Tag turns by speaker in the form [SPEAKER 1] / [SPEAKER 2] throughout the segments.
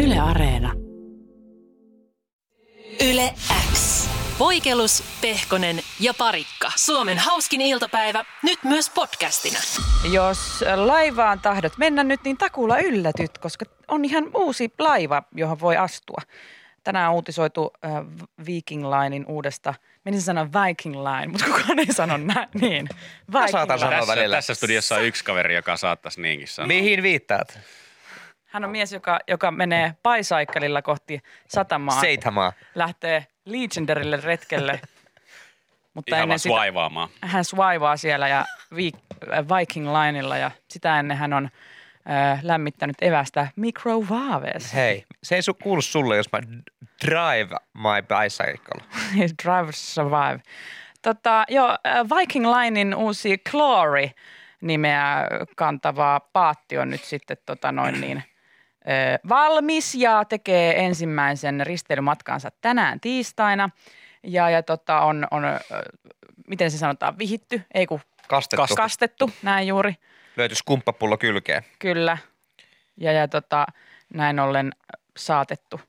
[SPEAKER 1] Yle Areena.
[SPEAKER 2] Yle X. Voikelus, Pehkonen ja Parikka. Suomen hauskin iltapäivä, nyt myös podcastina.
[SPEAKER 3] Jos laivaan tahdot mennä nyt, niin takuulla yllätyt, koska on ihan uusi laiva, johon voi astua. Tänään on uutisoitu äh, Viking Linein uudesta, menisin sanoa Viking Line, mutta kukaan ei sano näin. Niin. Viking
[SPEAKER 4] saatan
[SPEAKER 3] Line.
[SPEAKER 4] sanoa.
[SPEAKER 5] tässä,
[SPEAKER 4] välillä.
[SPEAKER 5] tässä studiossa on yksi kaveri, joka saattaisi niinkin sanoa.
[SPEAKER 4] Mihin viittaat?
[SPEAKER 3] Hän on mies, joka, joka menee paisaikkalilla kohti satamaa,
[SPEAKER 4] Seithamaa.
[SPEAKER 3] lähtee Legendarille retkelle. Mutta
[SPEAKER 5] Ihan vaan
[SPEAKER 3] ennen sitä,
[SPEAKER 5] swaivaamaan.
[SPEAKER 3] hän swaivaa siellä ja vi- äh, Viking Lineilla ja sitä ennen hän on äh, lämmittänyt evästä mikrovaaveessa.
[SPEAKER 4] Hei, se ei su- kuulu sulle, jos mä d- drive my bicycle.
[SPEAKER 3] His Drive Survive. Tota, joo, äh, Viking Linein uusi Glory nimeä kantava paatti on nyt sitten tota noin niin, ö, valmis ja tekee ensimmäisen risteilymatkansa tänään tiistaina. Ja, ja tota, on, on, ö, miten se sanotaan, vihitty, ei kun
[SPEAKER 4] Kastettu. Kas-
[SPEAKER 3] kastettu, näin juuri,
[SPEAKER 4] Löytyisi kumppapullo kylkeen.
[SPEAKER 3] kyllä. Ja, ja tota, näin ollen saatettu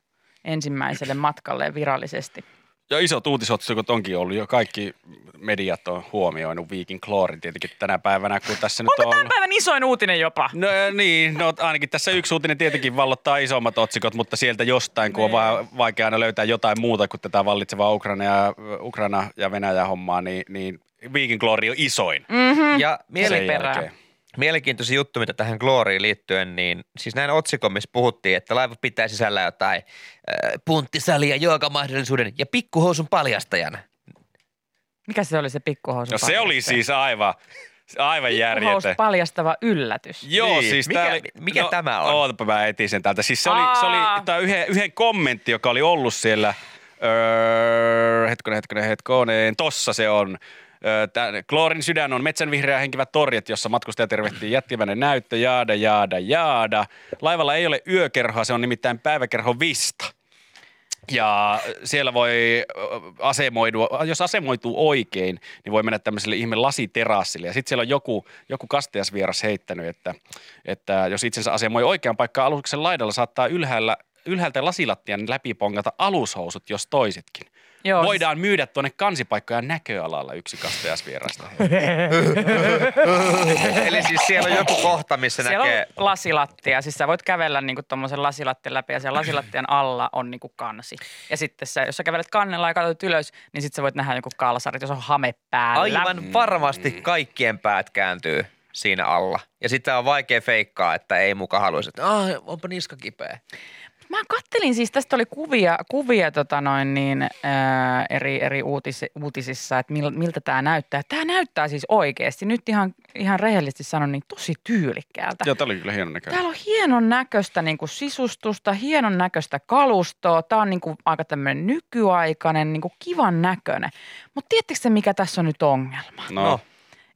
[SPEAKER 3] ensimmäiselle matkalle virallisesti.
[SPEAKER 5] Ja isot uutisotsikot onkin ollut jo. Kaikki mediat on huomioinut Viikin Kloorin tietenkin tänä päivänä, kun tässä nyt on
[SPEAKER 3] Onko tämän
[SPEAKER 5] ollut.
[SPEAKER 3] päivän isoin uutinen jopa?
[SPEAKER 5] No niin, no ainakin tässä yksi uutinen tietenkin vallottaa isommat otsikot, mutta sieltä jostain, kun on vaan vaikea aina löytää jotain muuta kuin tätä vallitsevaa Ukraina ja, Ukraina ja Venäjä hommaa, niin, niin Viikin Glory on isoin. No, Mm,
[SPEAKER 4] Ja
[SPEAKER 3] Sen
[SPEAKER 4] miele-
[SPEAKER 3] perään.
[SPEAKER 4] mielenkiintoisin juttu, mitä tähän Glooriin liittyen, niin siis näin otsikon, missä puhuttiin, että laiva pitää sisällä jotain äh, punttisalia, joogamahdollisuuden ja pikkuhousun paljastajan.
[SPEAKER 3] Mikä se oli se pikkuhousu?
[SPEAKER 5] No se oli siis aivan, aivan järjetön.
[SPEAKER 3] paljastava yllätys.
[SPEAKER 5] Joo,
[SPEAKER 4] Niin,
[SPEAKER 5] siis
[SPEAKER 4] mikä-
[SPEAKER 5] tää oli,
[SPEAKER 4] mikä tämä on?
[SPEAKER 5] Ootapa mä etin sen täältä. Siis se oli, se
[SPEAKER 3] Aa.
[SPEAKER 5] oli tää yhden, yhden kommentti, joka oli ollut siellä, öö, hetkonen, hetkonen, hetkonen, tossa se on. Öö, tää- Kloorin sydän on metsänvihreä henkivät torjet, jossa matkustaja tervehtii jättimäinen näyttö, jaada, jaada, jaada. Laivalla ei ole yökerhoa, se on nimittäin päiväkerho Vista. Ja siellä voi ö, asemoidua, jos asemoituu oikein, niin voi mennä tämmöiselle ihme lasiterassille. Ja sitten siellä on joku, joku kasteasvieras heittänyt, että, että jos itsensä asemoi oikeaan paikkaan aluksen laidalla, saattaa ylhäällä, ylhäältä lasilattian läpi pongata alushousut, jos toisitkin.
[SPEAKER 3] Joo,
[SPEAKER 5] Joo, Voidaan myydä tuonne kansipaikkoja näköalalla yksi kasteasvierasta.
[SPEAKER 4] Eli siis siellä on joku kohta, missä
[SPEAKER 3] Siellä
[SPEAKER 4] näkee...
[SPEAKER 3] on lasilattia. Siis sä voit kävellä niinku tommosen lasilattian läpi ja siellä lasilattian alla on niinku kansi. Ja sitten sä, jos sä kävelet kannella ja katsot ylös, niin sitten sä voit nähdä joku kalsarit, jos on hame päällä.
[SPEAKER 4] Aivan varmasti kaikkien päät kääntyy siinä alla. Ja sitä on vaikea feikkaa, että ei muka haluaisi, että ah, onpa niska kipeä.
[SPEAKER 3] Mä kattelin siis, tästä oli kuvia, kuvia tota noin niin, ää, eri, eri uutis, uutisissa, että mil, miltä tämä näyttää. Tämä näyttää siis oikeasti, nyt ihan, ihan rehellisesti sanon, niin tosi tyylikkäältä.
[SPEAKER 5] Joo, tämä oli kyllä hieno näköinen.
[SPEAKER 3] Täällä on hienon näköistä niin kuin sisustusta, hienon näköistä kalustoa. Tämä on niin kuin aika tämmöinen nykyaikainen, niin kuin kivan näköinen. Mutta tiedättekö te, mikä tässä on nyt ongelma?
[SPEAKER 5] No, no.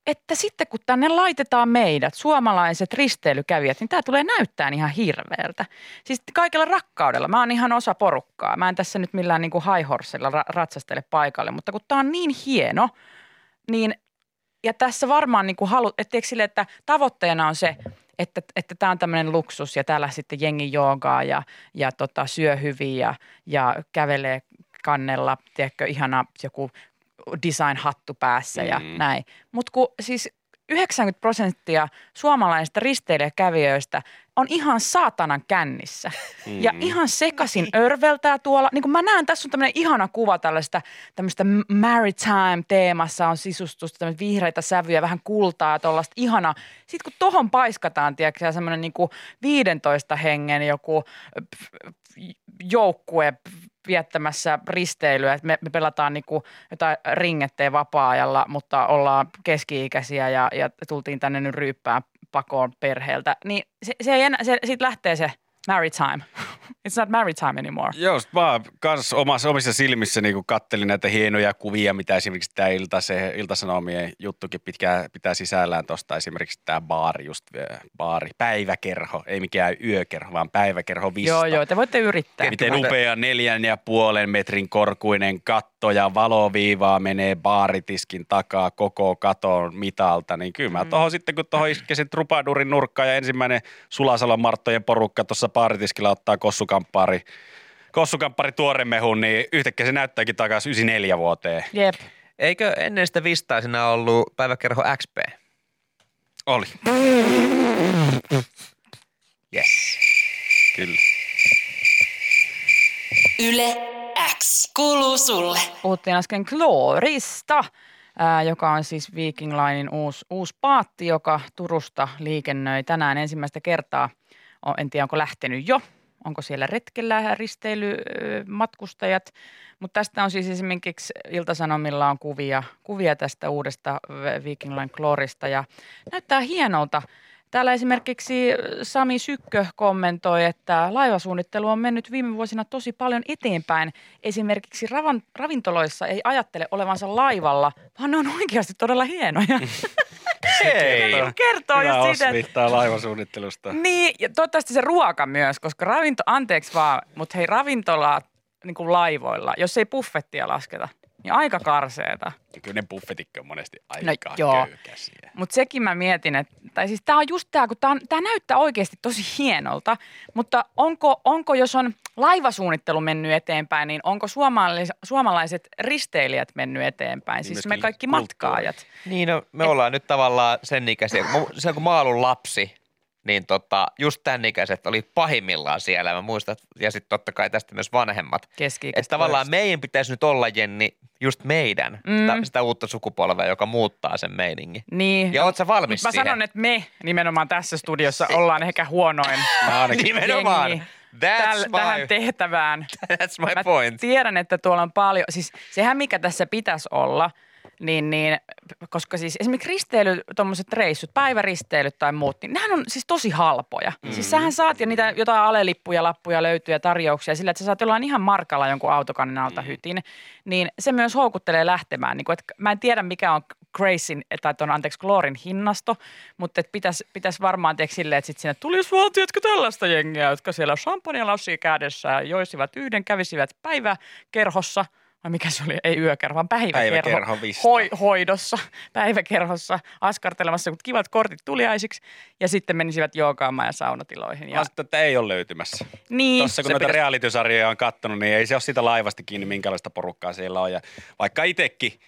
[SPEAKER 3] Että sitten kun tänne laitetaan meidät, suomalaiset risteilykävijät, niin tämä tulee näyttää ihan hirveältä. Siis kaikella rakkaudella. Mä oon ihan osa porukkaa. Mä en tässä nyt millään niin kuin haihorsella ra- ratsastele paikalle, mutta kun tämä on niin hieno, niin ja tässä varmaan niin kuin halu, et tiedätkö sille, että tavoitteena on se, että tämä on tämmöinen luksus ja täällä sitten jengi joogaa ja, ja tota, syö hyvin ja, ja kävelee kannella, tiedätkö, ihana joku design-hattu päässä ja
[SPEAKER 5] Mm.
[SPEAKER 3] näin. Mutta kun siis 90 prosenttia suomalaisista risteilijäkävijöistä on ihan saatanan kännissä ja ihan sekasin örveltää tuolla. Niin kuin mä näen, tässä on tämmöinen ihana kuva tällaista tämmöistä maritime-teemassa on sisustusta, tämmöistä vihreitä sävyjä, vähän kultaa, tuollaista ihanaa. Sitten kun tohon paiskataan, tiedätkö semmoinen niin 15 hengen joku pf, joukkue pf, viettämässä risteilyä, että me, me pelataan niinku jotain ringettejä vapaa-ajalla, mutta ollaan keski-ikäisiä ja, ja tultiin tänne nyt ryyppään pakoon perheeltä, niin se, se ei enää, se, siitä lähtee se maritime. It's not maritime anymore.
[SPEAKER 5] Joo, sit mä kans omassa, omissa silmissä niin kattelin näitä hienoja kuvia, mitä esimerkiksi tämä ilta, se, iltasanomien juttukin pitää, pitää sisällään tuosta. Esimerkiksi tämä baari, just äh, baari, päiväkerho, ei mikään yökerho, vaan päiväkerho vista.
[SPEAKER 3] Joo, joo, te voitte yrittää.
[SPEAKER 5] Miten upea neljän ja puolen metrin korkuinen katto ja valoviivaa menee baaritiskin takaa koko katon mitalta, niin kyllä
[SPEAKER 3] Mm.
[SPEAKER 5] mä tohon sitten, kun tohon iskee sen trupadurin nurkkaan ja ensimmäinen Sulasalon Marttojen porukka tuossa baaritiskillä ottaa kossukamppaari, kossukamppaari tuoremehun, niin yhtäkkiä se näyttääkin takaisin 94 vuoteen.
[SPEAKER 3] Jep.
[SPEAKER 4] Eikö ennen sitä vistaisena ollut päiväkerho XP?
[SPEAKER 5] Oli. Yes. Kyllä.
[SPEAKER 2] Yle X kuuluu sulle.
[SPEAKER 3] Puhuttiin äsken Glorista, ää, joka on siis Viking Linein uusi, uusi paatti, joka Turusta liikennöi tänään ensimmäistä kertaa. O- En tiedä, onko lähtenyt jo, onko siellä retkellä risteilymatkustajat, mutta tästä on siis esimerkiksi Iltasanomilla on kuvia, kuvia tästä uudesta v- Viking Line Glorista ja näyttää hienolta. Täällä esimerkiksi Sami Sykkö kommentoi, että laivasuunnittelu on mennyt viime vuosina tosi paljon eteenpäin. Esimerkiksi ravan, ravintoloissa ei ajattele olevansa laivalla, vaan ne on oikeasti todella hienoja.
[SPEAKER 4] Hei!
[SPEAKER 3] Joo, kertoo
[SPEAKER 5] Hyvä
[SPEAKER 3] just siitä, että...
[SPEAKER 5] osviittaa laivasuunnittelusta.
[SPEAKER 3] Niin, ja toivottavasti se ruoka myös, koska ravinto, anteeksi vaan, mutta hei ravintolaa niin kuin laivoilla, jos ei buffettia lasketa, niin aika karseeta.
[SPEAKER 5] Kyllä ne buffetikki on monesti
[SPEAKER 3] No
[SPEAKER 5] aika no,
[SPEAKER 3] joo.
[SPEAKER 5] köykäisiä.
[SPEAKER 3] Mutta sekin mä mietin, että tai siis tämä on just tämä, kun tämä näyttää oikeasti tosi hienolta, mutta onko, onko jos on laivasuunnittelu mennyt eteenpäin, niin onko suomalais, suomalaiset risteilijät mennyt eteenpäin,
[SPEAKER 5] Niin
[SPEAKER 3] siis me
[SPEAKER 5] myöskin
[SPEAKER 3] kaikki
[SPEAKER 5] kulttuuri.
[SPEAKER 3] matkaajat?
[SPEAKER 4] Niin, no, me ollaan nyt tavallaan sen ikäisiä. Kun mä- Silloin kun mä oon ollut lapsi, niin tota, just tämän ikäiset oli pahimmillaan siellä. Mä muistan, että- ja sitten totta kai tästä myös vanhemmat.
[SPEAKER 3] keski
[SPEAKER 4] Että tavallaan meidän pitäisi nyt olla, Jenni, just meidän,
[SPEAKER 3] Mm.
[SPEAKER 4] mm. sitä uutta sukupolvea, joka muuttaa sen meiningin.
[SPEAKER 3] Niin.
[SPEAKER 4] Ja oot sä valmis
[SPEAKER 3] Mut Mä
[SPEAKER 4] siihen?
[SPEAKER 3] sanon, että me nimenomaan tässä studiossa ollaan ehkä huonoin
[SPEAKER 5] Mä ainakin
[SPEAKER 4] Nimenomaan.
[SPEAKER 3] jengi
[SPEAKER 4] That's,
[SPEAKER 3] täl- tähän
[SPEAKER 4] my,
[SPEAKER 3] tehtävään.
[SPEAKER 4] that's my
[SPEAKER 3] Mä
[SPEAKER 4] point.
[SPEAKER 3] tiedän, että tuolla on paljon, siis sehän mikä tässä pitäisi olla, niin, niin koska siis esimerkiksi risteily, tuommoiset reissut, päiväristeilyt tai muut, niin nehän on siis tosi halpoja. Mm.
[SPEAKER 4] Mm-hmm.
[SPEAKER 3] Siis sähän saat ja niitä jotain alelippuja, lappuja löytyy ja tarjouksia sillä, että sä saat jollain ihan markalla jonkun autokannen alta mm. hytin, niin se myös houkuttelee lähtemään. Niin kun, että mä en tiedä, mikä on Gracin, tai ton, anteeksi, Glorin hinnasto, mutta et pitäisi pitäis varmaan tehdä silleen, että sitten sinne tulisi valtio, jotka tällaista jengiä, jotka siellä champagne-lasia kädessä ja joisivat yhden, kävisivät päiväkerhossa, vai mikä se oli, ei yökerho, vaan päiväkerho,
[SPEAKER 5] Päiväkerho vista.
[SPEAKER 3] hoi, hoidossa, päiväkerhossa, askartelemassa, kun kivat kortit tuliaisiksi, ja sitten menisivät joogaamaan ja saunatiloihin. Ja,
[SPEAKER 5] Mä sitten, että ei ole löytymässä.
[SPEAKER 3] niin,
[SPEAKER 5] Tuossa kun
[SPEAKER 4] Se
[SPEAKER 5] noita
[SPEAKER 4] pitäisi-
[SPEAKER 5] reality-sarjoja on kattonut, niin ei se ole sitä laivasta kiinni, minkälaista porukkaa siellä on. Ja vaikka itsekin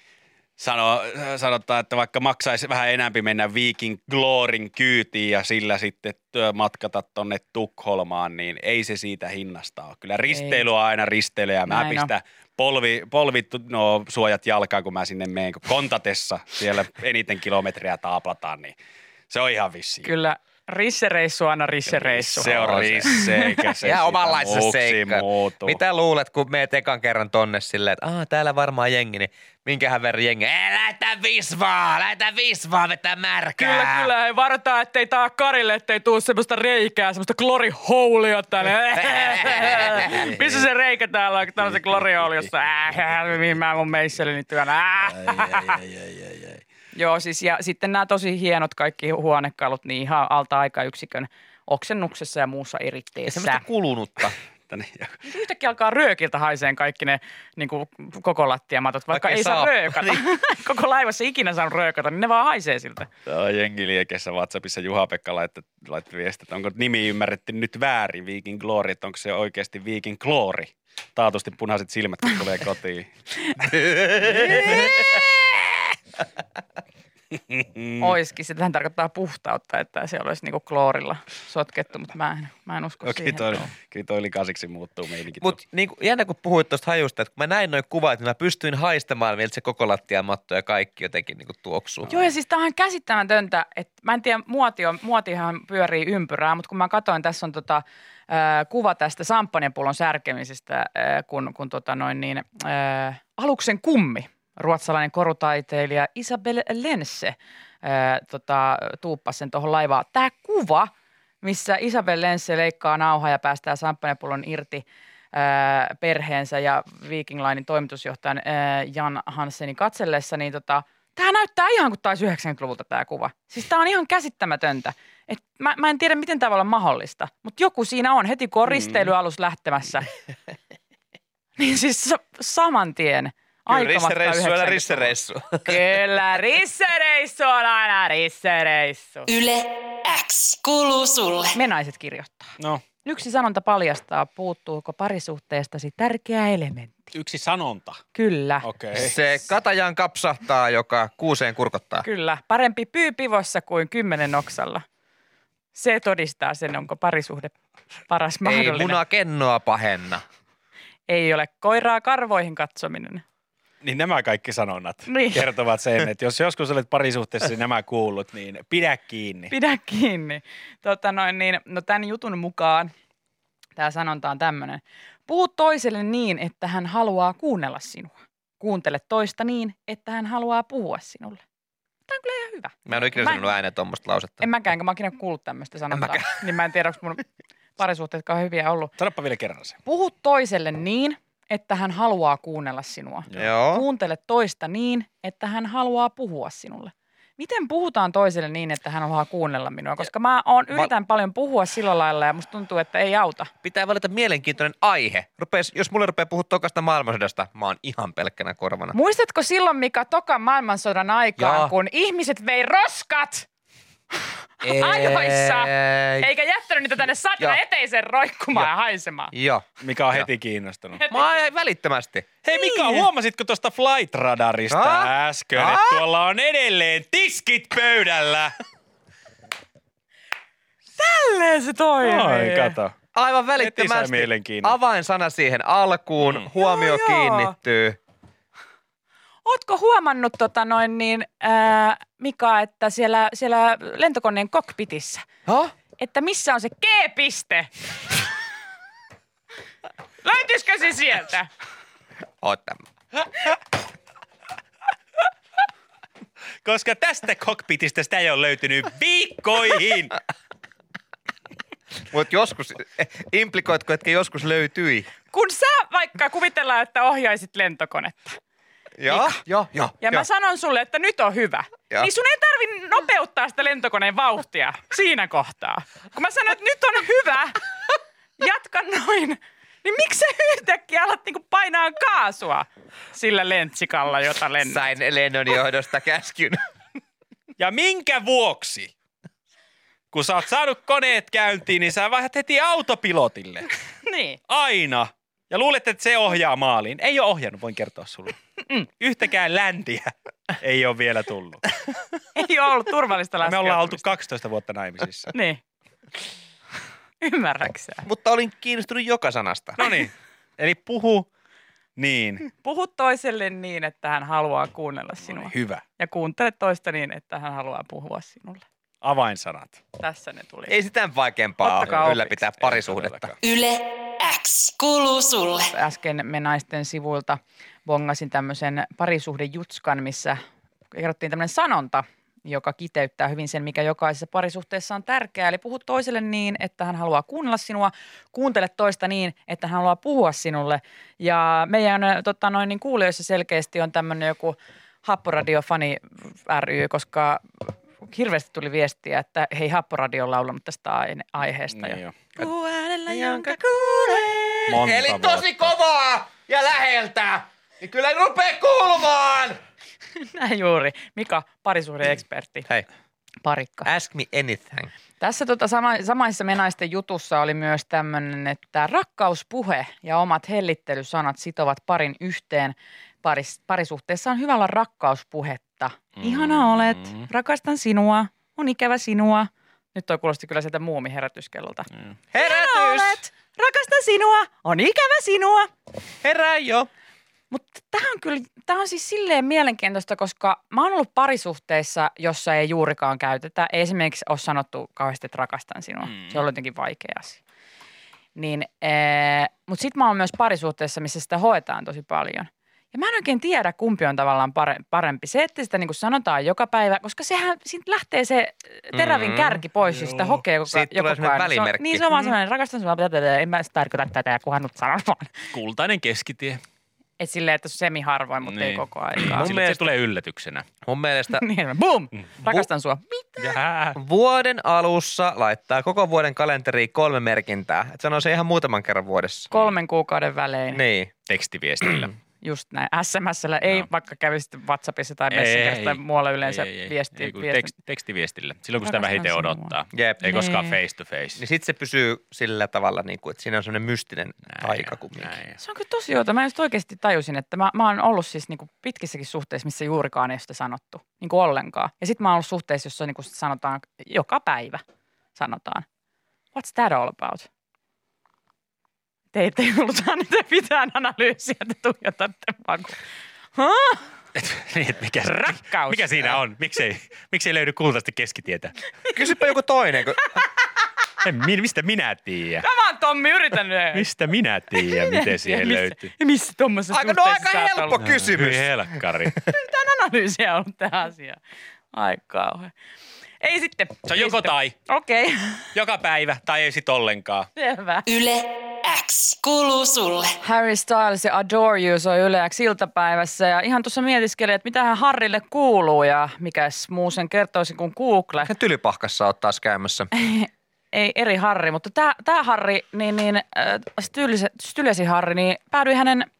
[SPEAKER 5] sano, sanotaan, että vaikka maksaisi vähän enempi mennä Viikin Glorin kyytiin ja sillä sitten työ- matkata tonne Tukholmaan, niin ei se siitä hinnasta ole. Kyllä risteily on aina risteily ja mä
[SPEAKER 3] Näin on.
[SPEAKER 5] pistän polvi, polvit, no, suojat jalkaan, kun mä sinne menen, kun kontatessa siellä eniten kilometriä taaplataan, niin se on ihan vissiin.
[SPEAKER 3] kyllä, rissereissu aina rissereissu.
[SPEAKER 5] Se on risse, eikä se
[SPEAKER 4] Ihan
[SPEAKER 5] siitä
[SPEAKER 4] omanlaisessa
[SPEAKER 5] muuksi
[SPEAKER 4] seikka.
[SPEAKER 5] muutu.
[SPEAKER 4] Mitä luulet, kun meet ekan kerran tonne silleen, että Aa, täällä varmaan jengi, niin minkähän verran jengi? Ei, lähetä viis vaan, lähetä viis vaan, vetää märkää.
[SPEAKER 3] Kyllä, kyllä, hei varotaan, ettei tää Karille, ettei tuu semmoista reikää, semmoista glorihoulia tänne. Missä se reikä täällä on, kun täällä on se glorihouli, jossa äh, mihin mä mun meisselini työnä. Äh. Joo, siis ja sitten nämä tosi hienot kaikki huonekalut, niin ihan alta aikayksikön oksennuksessa ja muussa
[SPEAKER 4] Ja
[SPEAKER 3] eritteessä.
[SPEAKER 4] semmoista kulunutta.
[SPEAKER 5] Tänne joku-
[SPEAKER 3] Nyt Yhtäkkiä alkaa röökiltä haiseen kaikki ne niin kuin koko lattiamatot, vaikka
[SPEAKER 4] Vaikka ei
[SPEAKER 3] ei saa
[SPEAKER 4] saa.
[SPEAKER 3] röökata. Koko laivassa ei ikinä saanut röökata, niin ne vaan haisee siltä.
[SPEAKER 5] Tää on jengi liekessä WhatsAppissa Juha-Pekka laittoi laittoi viestiä, että onko nimi ymmärretty nyt väärin, Viikin Glory, että onko se oikeasti Viikin Glory? Taatusti punaiset silmät, kun tulee kotiin.
[SPEAKER 3] Mm. Oiskin. Se tähän tarkoittaa puhtautta, että se olisi niinku kloorilla sotkettu, mutta mä en, mä en usko
[SPEAKER 5] Okei,
[SPEAKER 3] siihen. No.
[SPEAKER 5] toi, No, kyllä toi likasiksi muuttuu meininki.
[SPEAKER 4] Mutta niin jännä, kun puhuit tuosta hajusta, että kun mä näin noin kuvat, niin mä pystyin haistamaan vielä se koko lattiamatto ja kaikki jotenkin niin tuoksuu.
[SPEAKER 3] Joo, ja siis tämä on käsittämätöntä, että mä en tiedä, muoti on, muotihan pyörii ympyrää, mutta kun mä katsoin, tässä on tota, ö, kuva tästä samppanjapullon särkemisestä, ö, kun, kun tota noin niin, ö, aluksen kummi, ruotsalainen korutaiteilija Isabel Lense ö, tota, tuuppasi sen tuohon laivaan. Tämä kuva, missä Isabel Lense leikkaa nauhaa ja päästää samppanjapullon irti ö, perheensä ja Viking Linein toimitusjohtajan ö, Jan Hansenin katsellessa, niin tota, Tämä näyttää ihan kuin taisi 90-luvulta tämä kuva. Siis tämä on ihan käsittämätöntä. Et mä, mä en tiedä, miten tämä voi olla mahdollista, mutta joku siinä on heti, kun on
[SPEAKER 4] Mm.
[SPEAKER 3] risteilyalus lähtemässä. niin siis sa- saman tien.
[SPEAKER 4] Kyllä,
[SPEAKER 3] aikamatka
[SPEAKER 4] rissereissu, älä
[SPEAKER 3] 90-luvulla.
[SPEAKER 4] rissereissu.
[SPEAKER 3] Kyllä, rissereissu on aina rissereissu.
[SPEAKER 2] Yle X kuuluu sulle.
[SPEAKER 3] Me naiset kirjoittaa.
[SPEAKER 5] No,
[SPEAKER 3] Yksi sanonta paljastaa, puuttuuko parisuhteestasi tärkeä elementti.
[SPEAKER 5] Yksi sanonta.
[SPEAKER 3] Kyllä.
[SPEAKER 5] Okei.
[SPEAKER 4] Se katajaan kapsahtaa, joka kuuseen kurkottaa.
[SPEAKER 3] Kyllä, parempi pyy pivossa kuin kymmenen oksalla. Se todistaa sen, onko parisuhde paras
[SPEAKER 4] Ei
[SPEAKER 3] mahdollinen.
[SPEAKER 4] muna kennoa pahenna.
[SPEAKER 3] Ei ole koiraa karvoihin katsominen.
[SPEAKER 5] Niin nämä kaikki sanonnat
[SPEAKER 3] Niin.
[SPEAKER 5] kertovat sen, että jos joskus olet parisuhteessa niin nämä kuullut, niin pidä kiinni.
[SPEAKER 3] Pidä kiinni. Tota noin, niin, no tämän jutun mukaan tämä sanonta on tämmöinen. Puhu toiselle niin, että hän haluaa kuunnella sinua. Kuuntele toista niin, että hän haluaa puhua sinulle. Tämä on kyllä ihan hyvä.
[SPEAKER 4] Mä en ole ikinä
[SPEAKER 3] Mä-
[SPEAKER 4] sanonut ääneen tuommoista lausetta.
[SPEAKER 3] En mäkään, kun mä oon ikinä kuullut tämmöistä sanontaa.
[SPEAKER 4] mäkään.
[SPEAKER 3] Niin mä en tiedä, onko mun parisuhteetkaan hyviä ollut.
[SPEAKER 5] Sanoppa vielä kerran se.
[SPEAKER 3] Puhu toiselle niin, että hän haluaa kuunnella sinua.
[SPEAKER 4] Joo.
[SPEAKER 3] Kuuntele toista niin, että hän haluaa puhua sinulle. Miten puhutaan toiselle niin, että hän haluaa kuunnella minua? Koska mä on, yritän paljon puhua sillä lailla ja musta tuntuu, että ei auta.
[SPEAKER 4] Pitää valita mielenkiintoinen aihe. Rupes, jos mulle rupeaa puhua tokasta maailmansodasta, mä oon ihan pelkkänä korvana.
[SPEAKER 3] Muistatko silloin, Mika, tokan maailmansodan aikaan,
[SPEAKER 4] Joo.
[SPEAKER 3] kun ihmiset vei roskat ajoissa? Eikä jättänyt niitä tänne satana
[SPEAKER 4] Joo.
[SPEAKER 3] eteisen roikkumaan
[SPEAKER 4] Joo.
[SPEAKER 3] ja haisemaan.
[SPEAKER 4] Joo.
[SPEAKER 5] Mikä on heti kiinnostanut.
[SPEAKER 4] Mä oon välittömästi.
[SPEAKER 5] Hei Mika, huomasitko tuosta flight radarista
[SPEAKER 4] Ah?
[SPEAKER 5] äsken,
[SPEAKER 4] Ah?
[SPEAKER 5] että tuolla on edelleen tiskit pöydällä?
[SPEAKER 3] Tälleen se toimii.
[SPEAKER 5] Ai, kato.
[SPEAKER 4] Aivan
[SPEAKER 5] Heti sai
[SPEAKER 4] välittömästi.
[SPEAKER 5] mielenkiinnon.
[SPEAKER 4] Avainsana siihen alkuun. Mm. Huomio
[SPEAKER 3] Joo, joo.
[SPEAKER 4] kiinnittyy.
[SPEAKER 3] Ootko huomannut, tota noin, niin, ää, Mika, että siellä, siellä lentokoneen kokpitissa,
[SPEAKER 4] Joo.
[SPEAKER 3] että missä on se G-piste? Löytyisikö se sieltä?
[SPEAKER 4] Oota.
[SPEAKER 5] Koska tästä kokpitista sitä ei ole löytynyt viikkoihin.
[SPEAKER 4] Mut joskus, eh, implikoitko, että joskus löytyi?
[SPEAKER 3] Kun sä vaikka kuvitellaan, että ohjaisit lentokonetta.
[SPEAKER 4] Joo, joo, joo.
[SPEAKER 3] Ja
[SPEAKER 4] joo.
[SPEAKER 3] mä sanon sulle, että nyt on hyvä.
[SPEAKER 4] Joo.
[SPEAKER 3] Niin sun ei tarvi nopeuttaa sitä lentokoneen vauhtia siinä kohtaa. Kun mä sanon, että nyt on hyvä, jatka noin. Niin miksi sä yhtäkkiä alat niinku painaa kaasua sillä lentsikalla, jota lennät?
[SPEAKER 4] Sain lennon johdosta käskyn.
[SPEAKER 5] Ja minkä vuoksi? Kun sä oot saanut koneet käyntiin, niin sä vaihdat heti autopilotille.
[SPEAKER 3] Niin.
[SPEAKER 5] Aina. Ja luulet, että se ohjaa maaliin. Ei ole ohjannut, voin kertoa sulle. Yhtäkään läntiä ei ole vielä tullut.
[SPEAKER 3] Ei ole ollut turvallista
[SPEAKER 5] Ja Me ollaan oltu
[SPEAKER 3] laskeutumista.
[SPEAKER 5] 12 vuotta naimisissa.
[SPEAKER 3] Niin. Ymmärräksä?
[SPEAKER 4] Mutta olin kiinnostunut joka sanasta.
[SPEAKER 5] No niin. Eli puhu niin.
[SPEAKER 3] Puhu toiselle niin, että hän haluaa kuunnella sinua.
[SPEAKER 5] Hyvä.
[SPEAKER 3] Ja kuuntele toista niin, että hän haluaa puhua sinulle.
[SPEAKER 5] Avainsanat.
[SPEAKER 3] Tässä ne tuli.
[SPEAKER 4] Ei sitä vaikeampaa
[SPEAKER 3] Ottakaa
[SPEAKER 4] ole
[SPEAKER 3] opiksi.
[SPEAKER 4] ylläpitää parisuhdetta.
[SPEAKER 2] Yle X kuuluu sulle.
[SPEAKER 3] äsken me naisten sivuilta bongasin tämmöisen parisuhdejutskan, missä kerrottiin tämmöinen sanonta, joka kiteyttää hyvin sen, mikä jokaisessa parisuhteessa on tärkeää. Eli puhu toiselle niin, että hän haluaa kuunnella sinua, kuuntele toista niin, että hän haluaa puhua sinulle. Ja meidän ö, tota, noin, niin kuulijoissa selkeästi on tämmöinen joku Happoradiofani ry, koska hirveästi tuli viestiä, että hei Happoradio on laulanut tästä aine- aiheesta jo.
[SPEAKER 5] Niin jo.
[SPEAKER 3] Puhu äänellä, jonka kuulee.
[SPEAKER 5] Monta
[SPEAKER 4] Eli tosi
[SPEAKER 5] vuotta.
[SPEAKER 4] kovaa ja läheltä. Niin kyllä rupee kuulumaan.
[SPEAKER 3] Näin juuri. Mika, parisuhdeekspertti.
[SPEAKER 4] Hei,
[SPEAKER 3] Parikka.
[SPEAKER 4] ask me anything.
[SPEAKER 3] Tässä tota sama, samaisessa menaisten jutussa oli myös tämmöinen, että rakkauspuhe ja omat hellittelysanat sitovat parin yhteen. Paris, parisuhteessa on hyvä olla rakkauspuhetta. Ihana olet, rakastan sinua, on ikävä sinua. Nyt toi kuulosti kyllä sieltä muumi herätyskellolta. Ihana
[SPEAKER 4] Herätys!
[SPEAKER 3] olet, rakastan sinua, on ikävä sinua.
[SPEAKER 4] Herää jo.
[SPEAKER 3] Mutta tämä on kyllä, tämä on siis silleen mielenkiintoista, koska mä oon ollut parisuhteissa, jossa ei juurikaan käytetä. Ei esimerkiksi ole sanottu kauheasti, että rakastan sinua. Mm. Se on ollut jotenkin vaikea asia. Niin, mutta sitten mä oon myös parisuhteessa, missä sitä hoetaan tosi paljon. Ja mä en oikein tiedä, kumpi on tavallaan pare- parempi. Se, että sitä niin sanotaan joka päivä, koska sehän siitä lähtee se terävin
[SPEAKER 4] Mm.
[SPEAKER 3] kärki pois, jos sitä
[SPEAKER 5] Joo.
[SPEAKER 3] hokee joka,
[SPEAKER 4] Siitä tulee
[SPEAKER 3] joka
[SPEAKER 4] semmoinen
[SPEAKER 3] päivä. Se on-
[SPEAKER 4] välimerkki. Mm-hmm.
[SPEAKER 3] Niin se on vaan sellainen, rakastan sinua, tätä, tätä, en mä sitä tarkoita tätä, kunhan nyt sanon vaan.
[SPEAKER 5] Kultainen keskitie.
[SPEAKER 3] Et silleen, että semi harvoin, mutta niin. ei
[SPEAKER 5] Niin.
[SPEAKER 3] koko
[SPEAKER 5] Mun
[SPEAKER 3] aikaa.
[SPEAKER 5] mielestä...
[SPEAKER 4] mielestä-
[SPEAKER 5] Se tulee yllätyksenä.
[SPEAKER 4] Mun mielestä
[SPEAKER 3] niin, boom! Rakastan sua.
[SPEAKER 5] Jää.
[SPEAKER 4] vuoden alussa laittaa koko vuoden kalenteriin kolme merkintää. Et sanoo se ihan muutaman kerran vuodessa.
[SPEAKER 3] Kolmen kuukauden välein.
[SPEAKER 4] Niin.
[SPEAKER 5] Tekstiviestillä.
[SPEAKER 3] just näin. SMS-llä ei,
[SPEAKER 5] Joo.
[SPEAKER 3] vaikka kävisit WhatsAppissa tai Messengerissa tai muualla yleensä viesti.
[SPEAKER 1] ei, kun
[SPEAKER 3] viesti-
[SPEAKER 1] tekst, tekstiviestillä, silloin kun sitä
[SPEAKER 3] Rakastan
[SPEAKER 1] vähiten
[SPEAKER 3] sinua.
[SPEAKER 1] odottaa.
[SPEAKER 4] Jep.
[SPEAKER 1] Ei koskaan
[SPEAKER 3] Niin.
[SPEAKER 1] face to face.
[SPEAKER 4] Niin sitten se pysyy sillä tavalla, niin kuin, että siinä on semmoinen mystinen
[SPEAKER 1] Näin
[SPEAKER 4] aika
[SPEAKER 1] on,
[SPEAKER 4] kumminkin.
[SPEAKER 1] näin on.
[SPEAKER 3] Se on kyllä tosi outo. Mä just oikeasti tajusin, että mä, mä oon ollut siis niinku pitkissäkin suhteissa, missä juurikaan ei ole sitä sanottu. Niinku ollenkaan. Ja sit mä oon ollut suhteessa, jossa niinku sitä sanotaan joka päivä. Sanotaan. What's that all about? Te ette ollut niitä mitään analyysiä, te tuijotatte vaan kun... Huh?
[SPEAKER 1] niin, että mikä,
[SPEAKER 3] Rakkaus.
[SPEAKER 1] mikä siinä on? Miksei, miksei löydy kultaista keskitietä?
[SPEAKER 4] Kysypä joku toinen, kun
[SPEAKER 1] En, mi- mistä minä tiedän?
[SPEAKER 3] Mä vaan Tommi yritän.
[SPEAKER 1] Mistä minä tiedän, miten siihen
[SPEAKER 3] missä,
[SPEAKER 1] löytyy?
[SPEAKER 3] Missä tuommoisessa
[SPEAKER 4] aika, no,
[SPEAKER 3] suhteessa
[SPEAKER 4] aika
[SPEAKER 3] sä oot
[SPEAKER 4] helppo
[SPEAKER 3] ollut?
[SPEAKER 4] kysymys.
[SPEAKER 1] Hyi helkkari.
[SPEAKER 3] Mitään analyysiä ollut tähän asiaan. Ai kauhean. Ei sitten.
[SPEAKER 1] Se on joko tai.
[SPEAKER 3] Okei. Okay.
[SPEAKER 1] Joka päivä tai ei sit ollenkaan.
[SPEAKER 3] Selvä.
[SPEAKER 2] Yle X kuuluu sulle.
[SPEAKER 3] Harry Styles ja Adore You soi Yle X iltapäivässä ja ihan tuossa mietiskelin, että mitä hän Harrille kuuluu ja mikäs muu sen kertoisi kuin Google. Niin,
[SPEAKER 4] Ja tylypahkassa oot taas käymässä.
[SPEAKER 3] Ei eri Harri, mutta tämä, tää Harri, niin, niin äh, Stylese, Stylesi Harri, niin päädyi hänen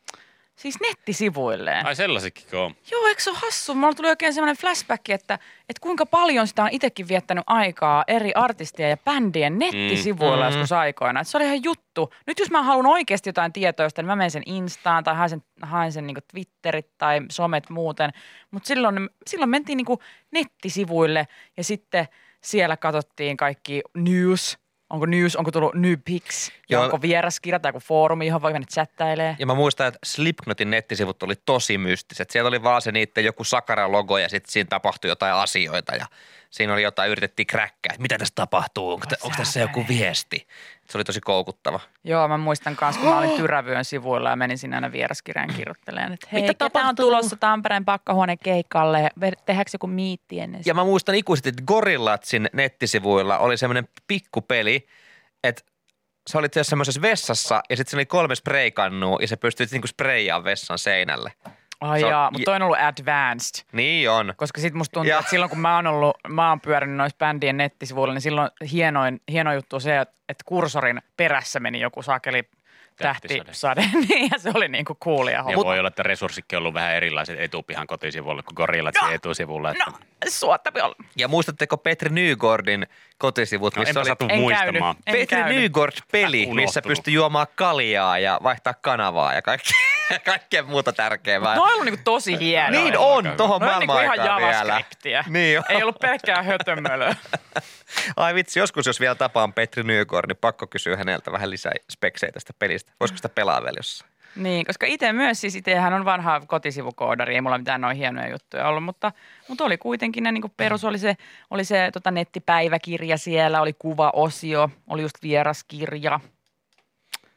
[SPEAKER 3] siis nettisivuilleen.
[SPEAKER 1] Ai sellaisetkin on.
[SPEAKER 3] Joo, eikö se ole hassu? Mulla tuli oikein semmoinen flashback, että, että kuinka paljon sitä on itsekin viettänyt aikaa eri artistien ja bändien nettisivuilla mm. joskus aikoina. Et se oli ihan juttu. Nyt jos mä haluan oikeasti jotain tietoa, jostain, niin mä menen sen Instaan tai haen sen, haen sen niin Twitterit tai somet muuten. Mutta silloin, silloin mentiin niin nettisivuille ja sitten siellä katsottiin kaikki news. Onko news, onko tullut new pics, ja
[SPEAKER 4] Joo.
[SPEAKER 3] onko vieraskirja tai joku foorumi, johon voi mennä chattailemaan.
[SPEAKER 4] Ja mä muistan, että Slipknotin nettisivut oli tosi mystiset. Siellä oli vaan se niiden joku sakara-logo ja sitten siinä tapahtui jotain asioita ja siinä oli jotain, yritettiin kräkkää, että mitä tässä tapahtuu, onko, tä- onko tässä joku viesti. Se oli tosi koukuttava.
[SPEAKER 3] Joo, mä muistan kanssa, kun mä olin Tyrävyön sivuilla ja menin sinne aina vieraskirjaan kirjoittelemaan, että hei,
[SPEAKER 4] Mitä
[SPEAKER 3] ketä on
[SPEAKER 4] tapahtuu?
[SPEAKER 3] tulossa Tampereen pakkahuoneen keikalle, Ve- tehdäänkö joku miitti ennen sitä?
[SPEAKER 4] Ja mä muistan ikuisesti, että Gorillatsin nettisivuilla oli semmoinen pikkupeli, että sä olit siellä semmoisessa vessassa ja sitten siinä oli kolme spreikannua ja sä pystyit niinku spreijaan vessan seinälle.
[SPEAKER 3] Ai
[SPEAKER 4] se on-
[SPEAKER 3] jaa, mutta toi on ollut advanced.
[SPEAKER 4] Niin on.
[SPEAKER 3] Koska sit musta tuntuu,
[SPEAKER 4] Ja-
[SPEAKER 3] että silloin kun mä oon, ollut, mä oon pyörinyt noissa bändien nettisivuilla, niin silloin hienoin, hieno juttu on se, että että kursorin perässä meni joku sakeli
[SPEAKER 1] Tähtisade.
[SPEAKER 3] tähtisade. niin, ja se oli niinku coolia
[SPEAKER 1] Ja
[SPEAKER 5] No,
[SPEAKER 3] homma.
[SPEAKER 1] voi olla, että resurssikin on ollut vähän erilaiset etupihan kotisivulla kuin gorillat no. etusivulla.
[SPEAKER 4] Niin,
[SPEAKER 1] Että...
[SPEAKER 3] No, suottavi olla.
[SPEAKER 4] Ja muistatteko Petri Nygordin kotisivut,
[SPEAKER 1] No,
[SPEAKER 4] missä
[SPEAKER 1] enpä
[SPEAKER 4] oli
[SPEAKER 1] satu
[SPEAKER 3] En
[SPEAKER 1] muistamaan.
[SPEAKER 3] käynyt. En
[SPEAKER 4] Petri
[SPEAKER 3] käynyt.
[SPEAKER 4] Nygård-peli,
[SPEAKER 1] Unohtunut.
[SPEAKER 4] missä pystyi juomaan kaljaa ja vaihtaa kanavaa ja kaikkea, kaikkea muuta tärkeää.
[SPEAKER 3] No on ollut niinku tosi hienoja.
[SPEAKER 4] niin
[SPEAKER 1] joo,
[SPEAKER 4] on,
[SPEAKER 1] joo,
[SPEAKER 4] tohon
[SPEAKER 3] No niin
[SPEAKER 4] maailman
[SPEAKER 3] kuin ihan
[SPEAKER 4] aikaan vielä.
[SPEAKER 3] javascriptia.
[SPEAKER 4] Niin on.
[SPEAKER 3] Ei ollut pelkkää hötömölöä.
[SPEAKER 4] Ai vitsi, joskus jos vielä tapaan Petri Nygård, niin pakko kysyä häneltä vähän lisää speksejä tästä pelistä. Voisiko sitä pelaa vielä jossain?
[SPEAKER 3] niin, koska itse myös, siis itsehän on vanha kotisivukoodari, ei mulla mitään noin hienoja juttuja ollut, mutta, mutta oli kuitenkin ne niin perus, oli se, oli se tota, nettipäiväkirja siellä, oli kuvaosio, oli just vieraskirja.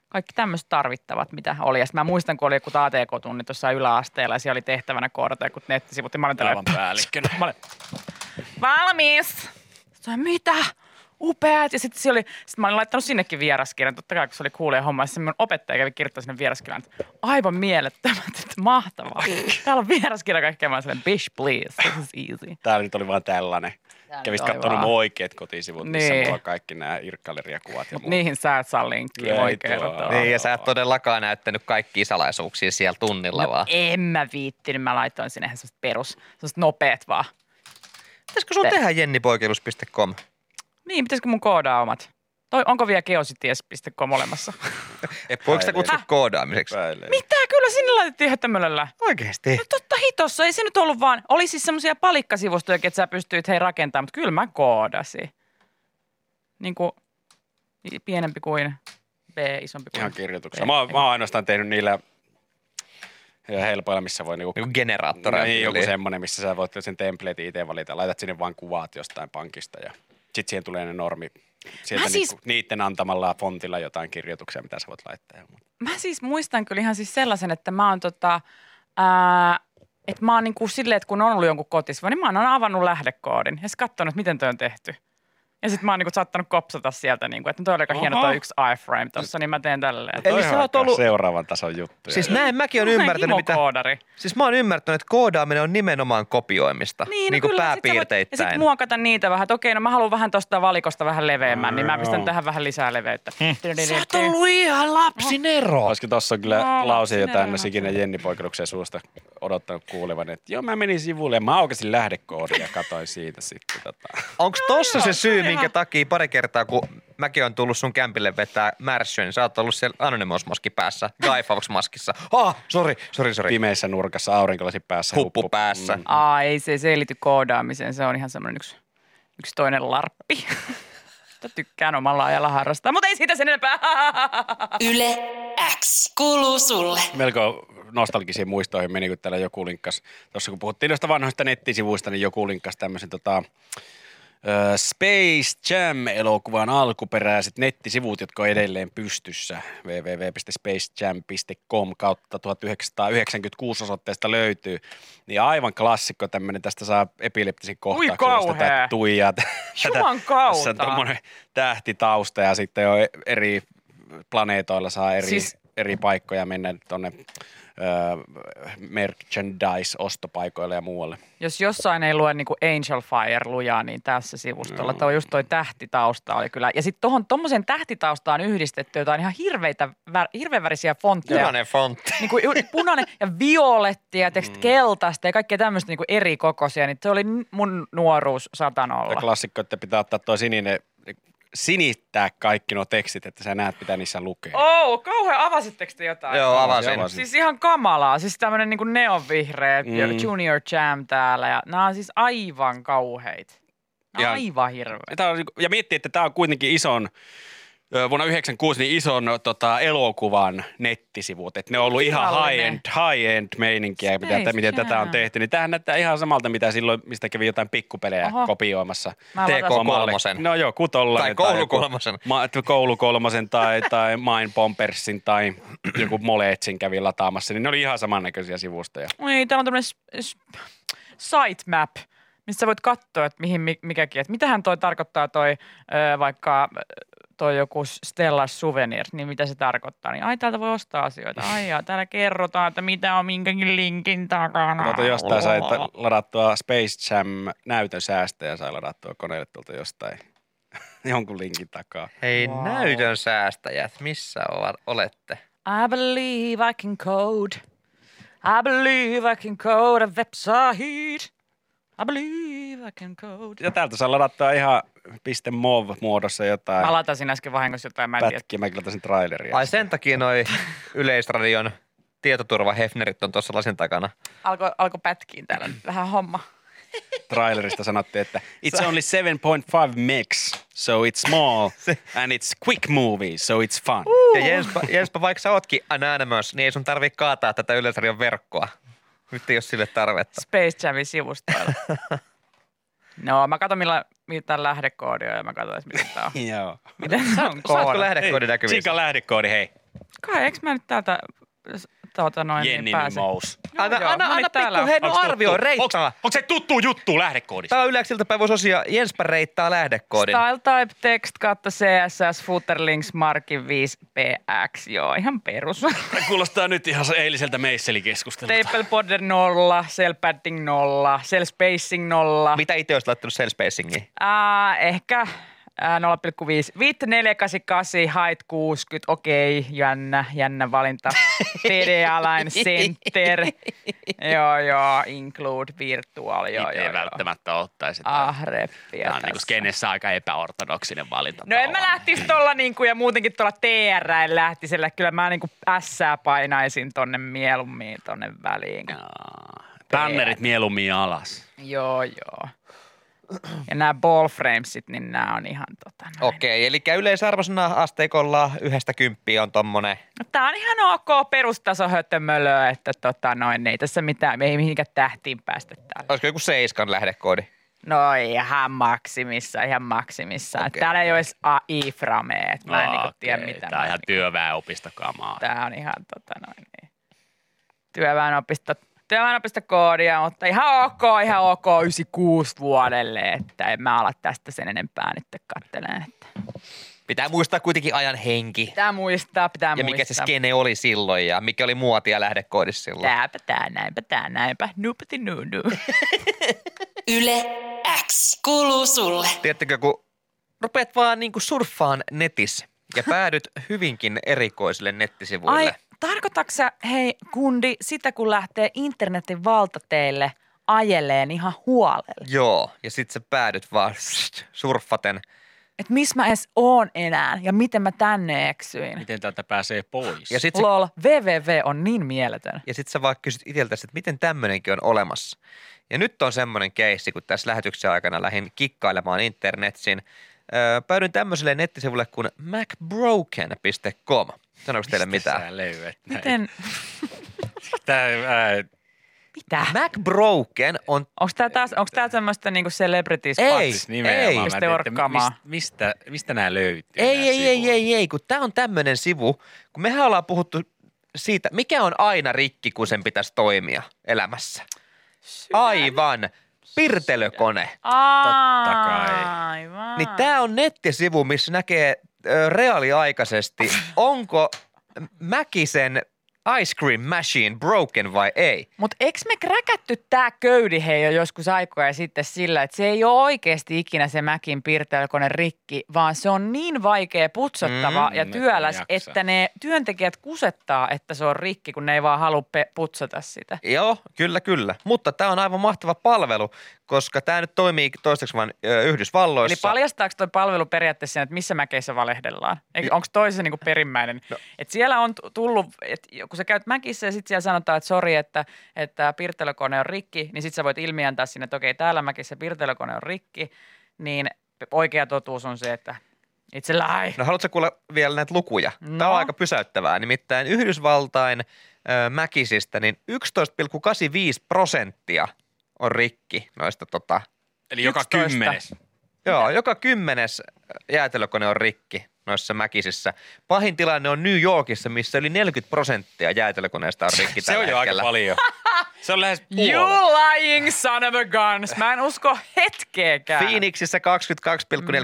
[SPEAKER 3] Kaikki tämmöiset tarvittavat, mitä oli. Ja sit mä muistan, kun oli joku ATK-tunni tuossa yläasteella ja siellä oli tehtävänä koodata joku nettisivut. Ja mä olin tällä
[SPEAKER 1] Aivan päällikkönä. Mä olen...
[SPEAKER 3] valmis. Sitten mitä? Upeat. Ja sitten oli, sit mä olin laittanut sinnekin vieraskirjan, totta kai kun se oli kuulee homma. Ja sitten mun opettaja kävi kirjoittamaan sinne vieraskirjan, että aivan mielettömät, että mahtavaa. Täällä on vieraskirja kaikkea, mä olin sellainen, bitch please, this is easy.
[SPEAKER 5] Tää nyt oli vaan tällainen.
[SPEAKER 3] nyt
[SPEAKER 5] Kävis
[SPEAKER 3] oli
[SPEAKER 5] katsonut
[SPEAKER 3] vaan.
[SPEAKER 5] mun oikeat kotisivut, missä
[SPEAKER 3] Niin.
[SPEAKER 5] mulla on kaikki nämä irkkaleriakuvat ja
[SPEAKER 3] Mut
[SPEAKER 5] muut.
[SPEAKER 3] niihin sä et saa linkkiä
[SPEAKER 5] Ei
[SPEAKER 3] oikealla
[SPEAKER 5] tuo.
[SPEAKER 3] tavalla.
[SPEAKER 4] Niin, ja sä et todellakaan näyttänyt kaikkia salaisuuksia siellä tunnilla
[SPEAKER 3] No,
[SPEAKER 4] vaan.
[SPEAKER 3] en mä viittinyt, mä laitoin sinne ihan semmoset perus, semmoset nopeet vaan.
[SPEAKER 4] Pitäisikö sun
[SPEAKER 3] Te-
[SPEAKER 4] tehdä jennipoikeilus.com?
[SPEAKER 3] Niin, pitäisikö mun koodaa omat? Toi, onko vielä geosities.com olemassa?
[SPEAKER 4] Voiko sitä
[SPEAKER 3] Äh.
[SPEAKER 4] kutsua koodaamiseksi?
[SPEAKER 5] Epäilen.
[SPEAKER 3] Mitä? Kyllä sinne laitettiin ihan tämmöllä.
[SPEAKER 4] Oikeesti?
[SPEAKER 3] No totta hitossa, ei se nyt ollut vaan, oli siis semmoisia palikkasivustoja, että sä pystyit hei rakentamaan, mutta kyllä mä koodasin. Niin kuin pienempi kuin B, isompi kuin
[SPEAKER 5] Ihan kirjoituksella. Mä, oon- mä oon ainoastaan tehnyt niillä ja helpoilla, missä voi niinku...
[SPEAKER 4] Joku generaattoreja.
[SPEAKER 5] Niin, joku
[SPEAKER 4] tyyliin.
[SPEAKER 5] semmonen, missä sä voit sen templatein itse valita. Laitat sinne vaan kuvat jostain pankista ja sit siihen tulee ne normi. Sieltä
[SPEAKER 3] Mä siis-
[SPEAKER 5] siis... niitten antamalla fontilla jotain kirjoituksia, mitä sä voit laittaa. Ja muuta.
[SPEAKER 3] Mä siis muistan kyllä ihan siis sellaisen, että mä oon tota, ää, että mä oon niin kuin silleen, että kun on ollut jonkun kotisivu, niin mä oon aina avannut lähdekoodin ja sitten katsonut, että miten toi on tehty. Ja sitten mä oon niinku saattanut kopsata sieltä, niinku, että toi oli aika hieno
[SPEAKER 5] Oho.
[SPEAKER 3] toi yksi iframe tossa, niin mä teen tälleen.
[SPEAKER 4] Eli
[SPEAKER 5] Toi
[SPEAKER 4] sä
[SPEAKER 5] on
[SPEAKER 4] oot
[SPEAKER 5] aika
[SPEAKER 4] ollut-
[SPEAKER 5] Seuraavan tason juttu.
[SPEAKER 4] Siis näin mäkin
[SPEAKER 3] Mä
[SPEAKER 4] olen
[SPEAKER 3] oon
[SPEAKER 4] ymmärtänyt, mitä...
[SPEAKER 3] himokoodari.
[SPEAKER 4] Siis mä oon ymmärtänyt, että koodaaminen on nimenomaan kopioimista.
[SPEAKER 3] Niin,
[SPEAKER 4] niin
[SPEAKER 3] no
[SPEAKER 4] kuin
[SPEAKER 3] kyllä, sit sä voit-
[SPEAKER 4] pääpiirteittäin.
[SPEAKER 3] Ja sitten muokata niitä vähän, että okei, no mä haluan vähän tosta valikosta vähän leveämmän, niin mä pistän
[SPEAKER 5] Joo.
[SPEAKER 3] tähän vähän lisää leveyttä.
[SPEAKER 4] Sä oot ollut ihan lapsinero.
[SPEAKER 5] Olisiko tossa on kyllä
[SPEAKER 3] No,
[SPEAKER 5] no, lause,
[SPEAKER 3] sinä
[SPEAKER 5] jota en
[SPEAKER 3] rahat.
[SPEAKER 5] olisi ikinä Jenni Poikeluksen suusta odottanut kuulevan, että joo mä menin sivuille ja mä aukasin lähdekoodia ja katsoin siitä sitten. Tota.
[SPEAKER 4] Onko tossa se
[SPEAKER 3] joo,
[SPEAKER 4] syy,
[SPEAKER 3] ihan-
[SPEAKER 4] minkä takia pari kertaa, kun mäkin on tullut sun kämpille vetää märssyä, niin sä oot ollut siellä anonymous-maski päässä, Guy Fawkes-maskissa. Ah, sori, sori, sori.
[SPEAKER 5] Pimeässä nurkassa aurinkolasi päässä. Mm.
[SPEAKER 4] Huppu päässä.
[SPEAKER 3] Aa, ei se selity koodaamiseen, se on ihan semmoinen yksi, yksi toinen larppi. Sitä tykkään omalla ajalla harrastaa, mutta ei siitä sen enempää.
[SPEAKER 2] Yle X kuuluu sulle.
[SPEAKER 5] melko nostalgisiin muistoihin meni, kun täällä joku linkkas, tuossa kun puhuttiin noista vanhoista nettisivuista, niin joku linkkas tämmöisen tota, ö, Space Jam-elokuvan alkuperäiset nettisivut, jotka on edelleen pystyssä. www.spacejam.com kautta 1996 osoitteesta löytyy. Niin aivan klassikko tämmöinen, tästä saa epileptisen kohtauksen, josta
[SPEAKER 3] kauhea.
[SPEAKER 5] tätä tuijaa. Tätä-
[SPEAKER 3] Juman kautta.
[SPEAKER 5] Tässä on tommonen tähtitausta ja sitten on eri planeetoilla saa eri,
[SPEAKER 3] Siis-
[SPEAKER 5] siis... eri paikkoja mennä tuonne öö, merchandise-ostopaikoille ja muualle.
[SPEAKER 3] Jos jossain ei lue niin kuin Angel Fire lujaa, niin tässä sivustolla. Tuo just toi tähtitausta oli kyllä. Ja sitten tuohon tuommoiseen tähtitaustaan yhdistetty jotain ihan hirveitä, vär, hirveän värisiä fontteja.
[SPEAKER 4] Punainen fontti.
[SPEAKER 3] niin kuin ju- punainen ja violetti ja mm. keltaista ja kaikkea tämmöistä niin kuin eri kokoisia, niin se oli n- mun nuoruus
[SPEAKER 5] Ja
[SPEAKER 3] satanolla.
[SPEAKER 5] klassikko, että pitää ottaa tuo sininen, sinittää kaikki nuo tekstit, että sä näet, mitä niissä lukee.
[SPEAKER 3] Oh, kauhean avasitteko te jotain?
[SPEAKER 4] Joo, avasin.
[SPEAKER 5] avasin.
[SPEAKER 3] Siis ihan kamalaa, siis tämmönen niinku neonvihreä mm.
[SPEAKER 5] Mm.
[SPEAKER 3] Junior Jam täällä ja nämä on siis aivan kauheit. Nää on
[SPEAKER 5] Ihan-
[SPEAKER 3] aivan hirveä.
[SPEAKER 5] Ja, tää on, niinku- ja miettii, että tämä on kuitenkin ison, ö, vuonna 96 niin ison tota, elokuvan nettisivut. Että ne on ollut ihan
[SPEAKER 3] Virallinen.
[SPEAKER 5] high-end, high-end meininkiä, ja
[SPEAKER 3] Space
[SPEAKER 5] miten, miten tätä on
[SPEAKER 3] Jam.
[SPEAKER 5] tehty. Niin tämähän näyttää ihan samalta, mitä silloin, mistä kävi jotain pikkupelejä
[SPEAKER 3] Oho.
[SPEAKER 5] Oho. kopioimassa.
[SPEAKER 3] Mä laitan
[SPEAKER 4] TK
[SPEAKER 3] sun-
[SPEAKER 5] omalle-
[SPEAKER 4] kolmosen.
[SPEAKER 5] No joo, kutolla.
[SPEAKER 4] Tai koulukolmosen.
[SPEAKER 5] Ma, koulukolmosen tai, tai Mind Pompersin tai joku Moletsin kävi lataamassa, niin ne oli ihan samannäköisiä sivustoja.
[SPEAKER 3] Ei, täällä on tämmönen s- s- sitemap, mistä sä voit katsoa, että mihin mi- mikäkin, että mitähän toi tarkoittaa toi ö, vaikka ö, toi joku Stella Souvenirs, niin mitä se tarkoittaa. Niin ai täältä voi ostaa asioita. Ai ja täällä kerrotaan, että mitä on minkäkin linkin takana.
[SPEAKER 5] Tuolta jostain sai ta- ladattua Space Jam näytön säästäjä sai ladattua koneelle tuolta jostain jonkun linkin takaa.
[SPEAKER 4] Hei,
[SPEAKER 3] Wow.
[SPEAKER 4] wow. näytön säästäjät, missä ovat, olette?
[SPEAKER 3] I believe I can code. I believe I can code a website. I believe I can code.
[SPEAKER 5] Ja täältä sai ladattua ihan piste mov muodossa jotain
[SPEAKER 3] Mä latasin äsken vahingossa jotain, mä en tiedä.
[SPEAKER 5] pätkiä. Mä kyllä sen traileria.
[SPEAKER 4] Ai sen takia noi Yleisradion tietoturvahefnerit on tuossa lasin takana.
[SPEAKER 3] Alkoi alko pätkiin täällä vähän homma.
[SPEAKER 5] trailerista sanottiin, että it's only 7.5 mix, so it's small and it's quick movie, so it's fun.
[SPEAKER 4] Ja Jenspa, Jenspa, vaikka sä ootkin anonymous, niin ei sun tarvii kaataa tätä Yleisradion verkkoa. Nyt ei ole sille tarvetta.
[SPEAKER 3] Space Jamin sivustoilla. No, mä katson millä, mitä lähdekoodi on ja mä katson, että mitä tää on.
[SPEAKER 5] Joo.
[SPEAKER 3] Miten se on
[SPEAKER 4] Saatko
[SPEAKER 3] koodi?
[SPEAKER 4] lähdekoodi näkyvissä?
[SPEAKER 5] Siika lähdekoodi, hei.
[SPEAKER 3] Kai, eikö mä nyt täältä tuota noin,
[SPEAKER 5] Jenni
[SPEAKER 3] niin pääse?
[SPEAKER 5] Mous.
[SPEAKER 4] Anna,
[SPEAKER 3] Joo, joo,
[SPEAKER 4] anna,
[SPEAKER 3] no niin,
[SPEAKER 4] anna
[SPEAKER 3] täällä
[SPEAKER 4] pikku
[SPEAKER 3] on.
[SPEAKER 4] hennu arvio,
[SPEAKER 5] Onko
[SPEAKER 4] reittaa.
[SPEAKER 5] onks se tuttu juttu lähdekoodista?
[SPEAKER 4] Tämä on yleensä iltapäivän osia. Jenspa reittaa lähdekoodin.
[SPEAKER 3] Style type text kautta CSS footerlinks markin 5px. Joo, ihan perus.
[SPEAKER 5] Tämä kuulostaa nyt ihan se eiliseltä meisselikeskustelulta.
[SPEAKER 3] Staple border nolla, cell padding nolla, cell spacing nolla.
[SPEAKER 4] Mitä itse olisit laittanut cell spacingiin?
[SPEAKER 3] Ää, Äh, ehkä äh, ää, 0,5. 5488, height 60, okei, jännä, jännä valinta. TDA-line center, joo joo, include virtual, joo
[SPEAKER 1] Itse
[SPEAKER 3] joo.
[SPEAKER 1] ei
[SPEAKER 3] joo.
[SPEAKER 1] välttämättä ottaisi. Ah,
[SPEAKER 3] Ah, reppiä
[SPEAKER 1] Tämä on niinku
[SPEAKER 3] tässä.
[SPEAKER 1] skenessä aika epäortodoksinen valinta.
[SPEAKER 3] No en mä
[SPEAKER 1] tavallaan.
[SPEAKER 3] lähtisi tuolla niinku, ja muutenkin tuolla TR lähtisellä. Kyllä mä niinku ässää painaisin tonne mieluummin tonne väliin. kun-
[SPEAKER 1] Jaa. Bannerit mieluummin alas.
[SPEAKER 3] Joo, joo. Ja nämä ball framesit, niin nämä on ihan tota näin.
[SPEAKER 4] Okei, eli yleisarvosana asteikolla yhdestä kymppiä on tommonen.
[SPEAKER 3] No, Tää on ihan ok perustaso höttömölöä, että tota noin, ei tässä mitään, me ei mihinkään tähtiin päästä täällä.
[SPEAKER 4] Olisiko joku seiskan lähdekoodi?
[SPEAKER 3] No ihan maksimissa, ihan maksimissa. Okay.
[SPEAKER 4] Okei.
[SPEAKER 3] Täällä ei ole edes AI-framea, että mä en niinku tiedä
[SPEAKER 1] Okei,
[SPEAKER 3] mitä.
[SPEAKER 1] Tää
[SPEAKER 3] mä
[SPEAKER 1] on ihan
[SPEAKER 3] niinku-
[SPEAKER 1] työväenopistokamaa.
[SPEAKER 3] Tää on ihan tota noin niin. Työväenopisto Sitten mä aina pistä koodia, mutta ihan ok, ihan ok, 96 vuodelle, että en mä ala tästä sen enempää nyt katteleen. Että.
[SPEAKER 4] Pitää muistaa kuitenkin ajan henki.
[SPEAKER 3] Pitää muistaa, pitää
[SPEAKER 4] Ja
[SPEAKER 3] muistaa.
[SPEAKER 4] mikä se skene oli silloin ja mikä oli muotia lähdekoodissa silloin.
[SPEAKER 3] Tääpä tää, näinpä tää, näinpä, nupati nu nu.
[SPEAKER 2] Yle X kuuluu sulle.
[SPEAKER 4] Tiedättekö, kun rupeat vaan niinku surffaan netissä ja päädyt hyvinkin erikoisille nettisivuille.
[SPEAKER 3] Ai, tarkoitatko sä, hei kundi, sitä kun lähtee internetin valtateille ajeleen ihan huolella?
[SPEAKER 4] Joo, ja sit sä päädyt vaan surffaten.
[SPEAKER 3] Että missä mä edes oon enää ja miten mä tänne eksyin?
[SPEAKER 1] Miten täältä pääsee pois?
[SPEAKER 4] Ja sit, sä,
[SPEAKER 3] Lol, www on niin mieletön.
[SPEAKER 4] ja sit sä vaan kysyt itseltäsi, että miten tämmöinenkin on olemassa. Ja nyt on semmoinen keissi, kun tässä lähetyksen aikana lähdin kikkailemaan internetsin. Öö, päädyin tämmöiselle nettisivulle kuin macbroken.com. Sanoiko teille mitään?
[SPEAKER 1] Sä löydät näin?
[SPEAKER 3] Miten,
[SPEAKER 1] Tää, ää,
[SPEAKER 3] mitä?
[SPEAKER 4] MacBroken on
[SPEAKER 3] Onko tää taas, onko tää semmoista niinku celebrity
[SPEAKER 4] Ei.
[SPEAKER 3] spots?
[SPEAKER 1] nimenomaan.
[SPEAKER 4] Ei,
[SPEAKER 1] Mä
[SPEAKER 3] just
[SPEAKER 1] mietin, että
[SPEAKER 3] orkkaamaan.
[SPEAKER 1] mis- Mistä, mistä nämä löytyy? nää
[SPEAKER 4] Ei, ei, ei,
[SPEAKER 1] sivut?
[SPEAKER 4] ei, ei, kun tämä on tämmöinen sivu, kun mehän ollaan puhuttu siitä, mikä on aina rikki, kun sen pitäisi toimia elämässä. Aivan. Pirtelökone.
[SPEAKER 3] Aa,
[SPEAKER 1] Totta kai.
[SPEAKER 3] Aivan.
[SPEAKER 4] Niin tämä on nettisivu, missä näkee ö, reaaliaikaisesti, onko Mäkisen ice cream machine broken vai ei.
[SPEAKER 3] Mutta eikö me kräkätty tämä köydi hei jo joskus aikoja sitten sillä, että se ei ole oikeasti ikinä se mäkin piirtelkone rikki, vaan se on niin vaikea putsottava
[SPEAKER 4] Mm,
[SPEAKER 3] mm, ja
[SPEAKER 1] että ei
[SPEAKER 3] työläs,
[SPEAKER 1] jaksa.
[SPEAKER 3] että ne työntekijät kusettaa, että se on rikki, kun ne ei vaan halua pe- putsata sitä.
[SPEAKER 4] Joo, kyllä, kyllä. Mutta tämä on aivan mahtava palvelu, koska tämä nyt toimii toistaiseksi vain ö, Yhdysvalloissa.
[SPEAKER 3] Eli paljastaako tuo palvelu periaatteessa sen, että missä mäkeissä valehdellaan?
[SPEAKER 5] Niin.
[SPEAKER 3] Onko toisen niinku perimmäinen? No. Et siellä on tu- tullut, että kun sä käyt mäkissä ja sitten siellä sanotaan, että sori, että, että piirtelökone on rikki, niin sitten sä voit ilmiantaa sinne, että okei, täällä mäkissä piirtelökone on rikki, niin oikea totuus on se, että it's a lie.
[SPEAKER 4] No haluatko kuulla vielä näitä lukuja? No. Tämä
[SPEAKER 3] No.
[SPEAKER 4] on aika pysäyttävää. Nimittäin Yhdysvaltain ö, mäkisistä niin 11,85 prosenttia on rikki noista. Tota,
[SPEAKER 5] Eli joka
[SPEAKER 3] 11.
[SPEAKER 5] kymmenes.
[SPEAKER 4] joo, joka kymmenes jäätelökone on rikki noissa mäkisissä. Pahin tilanne on New Yorkissa, missä yli 40 prosenttia jäätelökoneista on rikki
[SPEAKER 5] Se
[SPEAKER 4] tällä
[SPEAKER 5] on jo aika
[SPEAKER 4] hetkellä.
[SPEAKER 5] paljon. Se on lähes
[SPEAKER 3] You
[SPEAKER 5] puolet.
[SPEAKER 3] lying son of a guns. Mä en usko hetkeäkään.
[SPEAKER 4] Phoenixissä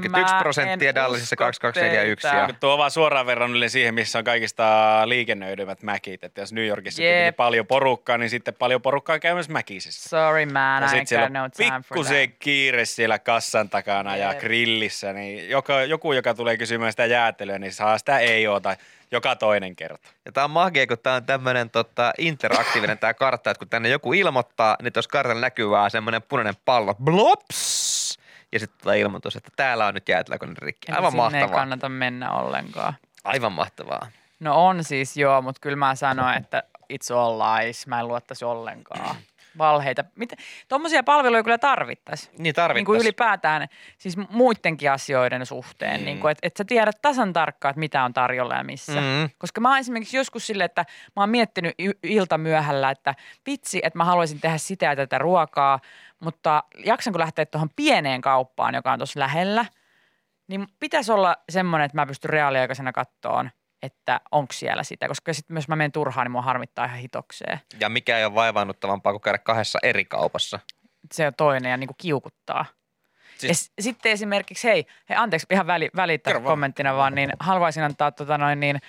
[SPEAKER 4] 22,41
[SPEAKER 3] Mä
[SPEAKER 4] prosenttia,
[SPEAKER 3] en
[SPEAKER 4] Dallasissa
[SPEAKER 3] usko
[SPEAKER 4] 22,41.
[SPEAKER 3] teitä.
[SPEAKER 4] Ja
[SPEAKER 5] Tuo on vaan suoraan verrannollinen siihen, missä on kaikista liikennöidyvät mäkit. Että jos New Yorkissa
[SPEAKER 3] Jep.
[SPEAKER 5] yep. paljon porukkaa, niin sitten paljon porukkaa käy myös mäkisissä.
[SPEAKER 3] Sorry man,
[SPEAKER 5] Ja
[SPEAKER 3] I
[SPEAKER 5] sitten
[SPEAKER 3] ain't got
[SPEAKER 5] siellä
[SPEAKER 3] no
[SPEAKER 5] on
[SPEAKER 3] time for that.
[SPEAKER 5] pikkusen kiire siellä kassan takana ja
[SPEAKER 3] Jep.
[SPEAKER 5] grillissä, niin joka, joku, joka tulee kysymään sitä jäätelöä, niin saa sitä ei oota joka toinen kerta.
[SPEAKER 4] Ja tämä on magia, kun tämä on tämmöinen tota, interaktiivinen tämä kartta, että kun tänne joku ilmoittaa, niin tuossa kartalla näkyy vaan semmoinen punainen pallo. Blops! Ja sitten tulee ilmoitus, että täällä on nyt jäätelökone rikki.
[SPEAKER 3] Eli
[SPEAKER 4] Aivan
[SPEAKER 3] sinne ei
[SPEAKER 4] mahtavaa.
[SPEAKER 3] kannata mennä ollenkaan.
[SPEAKER 4] Aivan mahtavaa. Niin
[SPEAKER 3] No on siis joo, mutta kyllä mä sanoin, että it's all lies. Mä en luottaisi ollenkaan. Valheita. Mitä? Tuommoisia palveluja kyllä tarvittaisi.
[SPEAKER 4] Niin
[SPEAKER 3] Niin kuin
[SPEAKER 4] tarvittaisiin.
[SPEAKER 3] ylipäätään siis muidenkin asioiden suhteen, mm. niin kuin, että et sä tiedät tasan tarkkaan, että mitä on tarjolla ja missä.
[SPEAKER 4] Mm.
[SPEAKER 3] Mm. Koska mä oon esimerkiksi joskus silleen, että mä oon miettinyt y- ilta myöhällä, että vitsi, että mä haluaisin tehdä sitä ja tätä ruokaa, mutta jaksanko lähteä tuohon pieneen kauppaan, joka on tuossa lähellä, niin pitäisi olla semmoinen, että mä pystyn reaaliaikaisena kattoon, että onko siellä sitä, koska sitten jos mä menen turhaan, niin mua harmittaa ihan hitokseen.
[SPEAKER 4] Ja mikä ei ole vaivaannuttavampaa kuin käydä kahdessa eri kaupassa.
[SPEAKER 3] Se on toinen ja niin kuin kiukuttaa.
[SPEAKER 5] Siis-
[SPEAKER 3] Siis... Ja s- sitten esimerkiksi, hei, hei anteeksi, ihan väli, välittää
[SPEAKER 5] Kerro vaan.
[SPEAKER 3] kommenttina vaan, niin haluaisin antaa tota noin, niin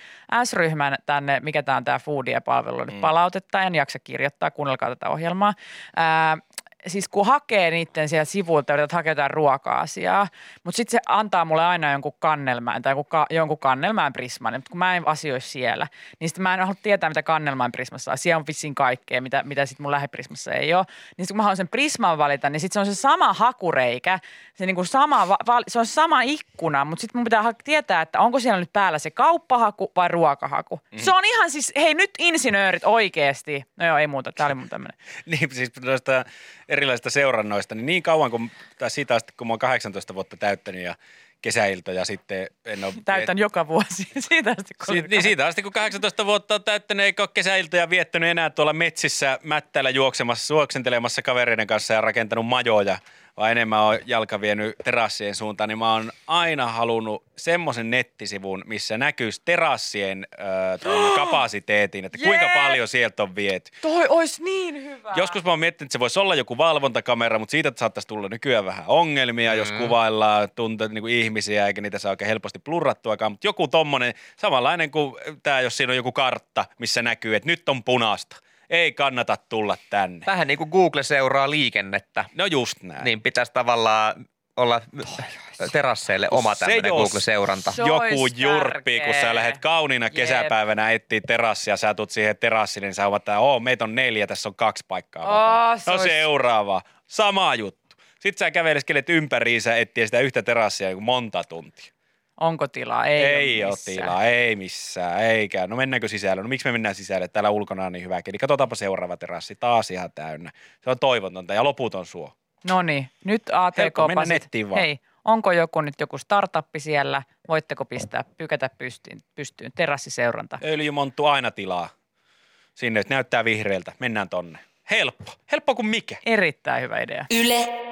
[SPEAKER 3] S-ryhmän tänne, mikä tämä on tämä Foodie-palvelu,
[SPEAKER 5] Mm.
[SPEAKER 3] nyt palautetta, en jaksa kirjoittaa, kuunnelkaa tätä ohjelmaa. Ää, siis kun hakee niiden sieltä sivuilta, yrität hakea jotain ruoka-asiaa, mutta sitten se antaa mulle aina jonkun kannelmään tai jonkun ka- jonkun kannelmään prisman, mutta kun mä en asioi siellä, niin sitten mä en halua tietää, mitä kannelmään prismassa on. Siellä on vissiin kaikkea, mitä, mitä sitten mun lähiprismassa ei ole. Niin sit kun mä haluan sen prisman valita, niin sitten se on se sama hakureikä, se, niinku sama, va- val- se on sama ikkuna, mutta sitten mun pitää ha- tietää, että onko siellä nyt päällä se kauppahaku vai ruokahaku. Mm. Se on ihan siis, hei nyt insinöörit oikeasti. No joo, ei muuta, tää oli mun tämmönen.
[SPEAKER 5] Niin siis noista erilaisista seurannoista, niin niin kauan kuin, tai siitä asti kun mä oon 18 vuotta täyttänyt ja kesäiltoja sitten en ole...
[SPEAKER 3] Täytän joka vuosi siitä asti. kun
[SPEAKER 5] Si-
[SPEAKER 3] olin
[SPEAKER 5] niin siitä asti, kun 18 vuotta on täyttänyt, eikä ole kesäiltoja viettänyt enää tuolla metsissä mättäillä juoksemassa, juoksentelemassa kavereiden kanssa ja rakentanut majoja, vaan enemmän on jalka vienyt terassien suuntaan, niin mä oon aina halunnut semmoisen nettisivun, missä näkyisi terassien äh, ton kapasiteetin, että kuinka
[SPEAKER 3] Jee!
[SPEAKER 5] paljon sieltä on viety.
[SPEAKER 3] Toi olisi niin hyvä.
[SPEAKER 5] Joskus mä oon miettinyt, että se voisi olla joku valvontakamera, mutta siitä saattaisi tulla nykyään vähän ongelmia, mm. jos kuvaillaan tunte, niin kuin ihmisiä, eikä niitä saa oikein helposti plurrattuakaan. Mutta joku tommonen, samanlainen kuin tämä, jos siinä on joku kartta, missä näkyy, että nyt on punasta. Ei kannata tulla tänne.
[SPEAKER 4] Vähän niin kuin Google seuraa liikennettä,
[SPEAKER 5] No just näin.
[SPEAKER 4] niin pitäisi tavallaan olla terasseille oma
[SPEAKER 5] Se
[SPEAKER 4] tämmöinen
[SPEAKER 5] jos-
[SPEAKER 4] Google-seuranta.
[SPEAKER 3] Se
[SPEAKER 5] joku
[SPEAKER 3] ois
[SPEAKER 5] jurppi, kun
[SPEAKER 3] tärkeä.
[SPEAKER 5] sä lähdet kauniina kesäpäivänä etsiä terassia, sä tulet siihen terassille, niin sä oot, että oo, meitä on neljä, tässä on kaksi paikkaa. vapaana."
[SPEAKER 3] Aa, se
[SPEAKER 5] no
[SPEAKER 3] ois-
[SPEAKER 5] seuraava, sama juttu. Sitten sä käveleskelet ympäriinsä etsiä sitä yhtä terassia joku monta tuntia.
[SPEAKER 3] Onko tilaa? Ei,
[SPEAKER 5] Ei, ei
[SPEAKER 3] ole
[SPEAKER 5] ole
[SPEAKER 3] missään.
[SPEAKER 5] tilaa, ei missään, eikä. No mennäänkö sisälle? No miksi me mennään sisälle? Täällä ulkona on niin hyvä keli. Katsotaanpa seuraava terassi, taas ihan täynnä. Se on toivotonta ja loputon suo.
[SPEAKER 3] No niin, nyt atk
[SPEAKER 5] Helppo mennä nettiin vaan.
[SPEAKER 3] Hei, onko joku nyt joku startuppi siellä? Voitteko pistää pykätä pystyyn, pystyyn terassiseuranta?
[SPEAKER 5] Öljymonttu aina tilaa sinne, että näyttää vihreältä. Mennään tonne. Helppo. Helppo kuin mikä.
[SPEAKER 3] Erittäin hyvä idea.
[SPEAKER 2] Yle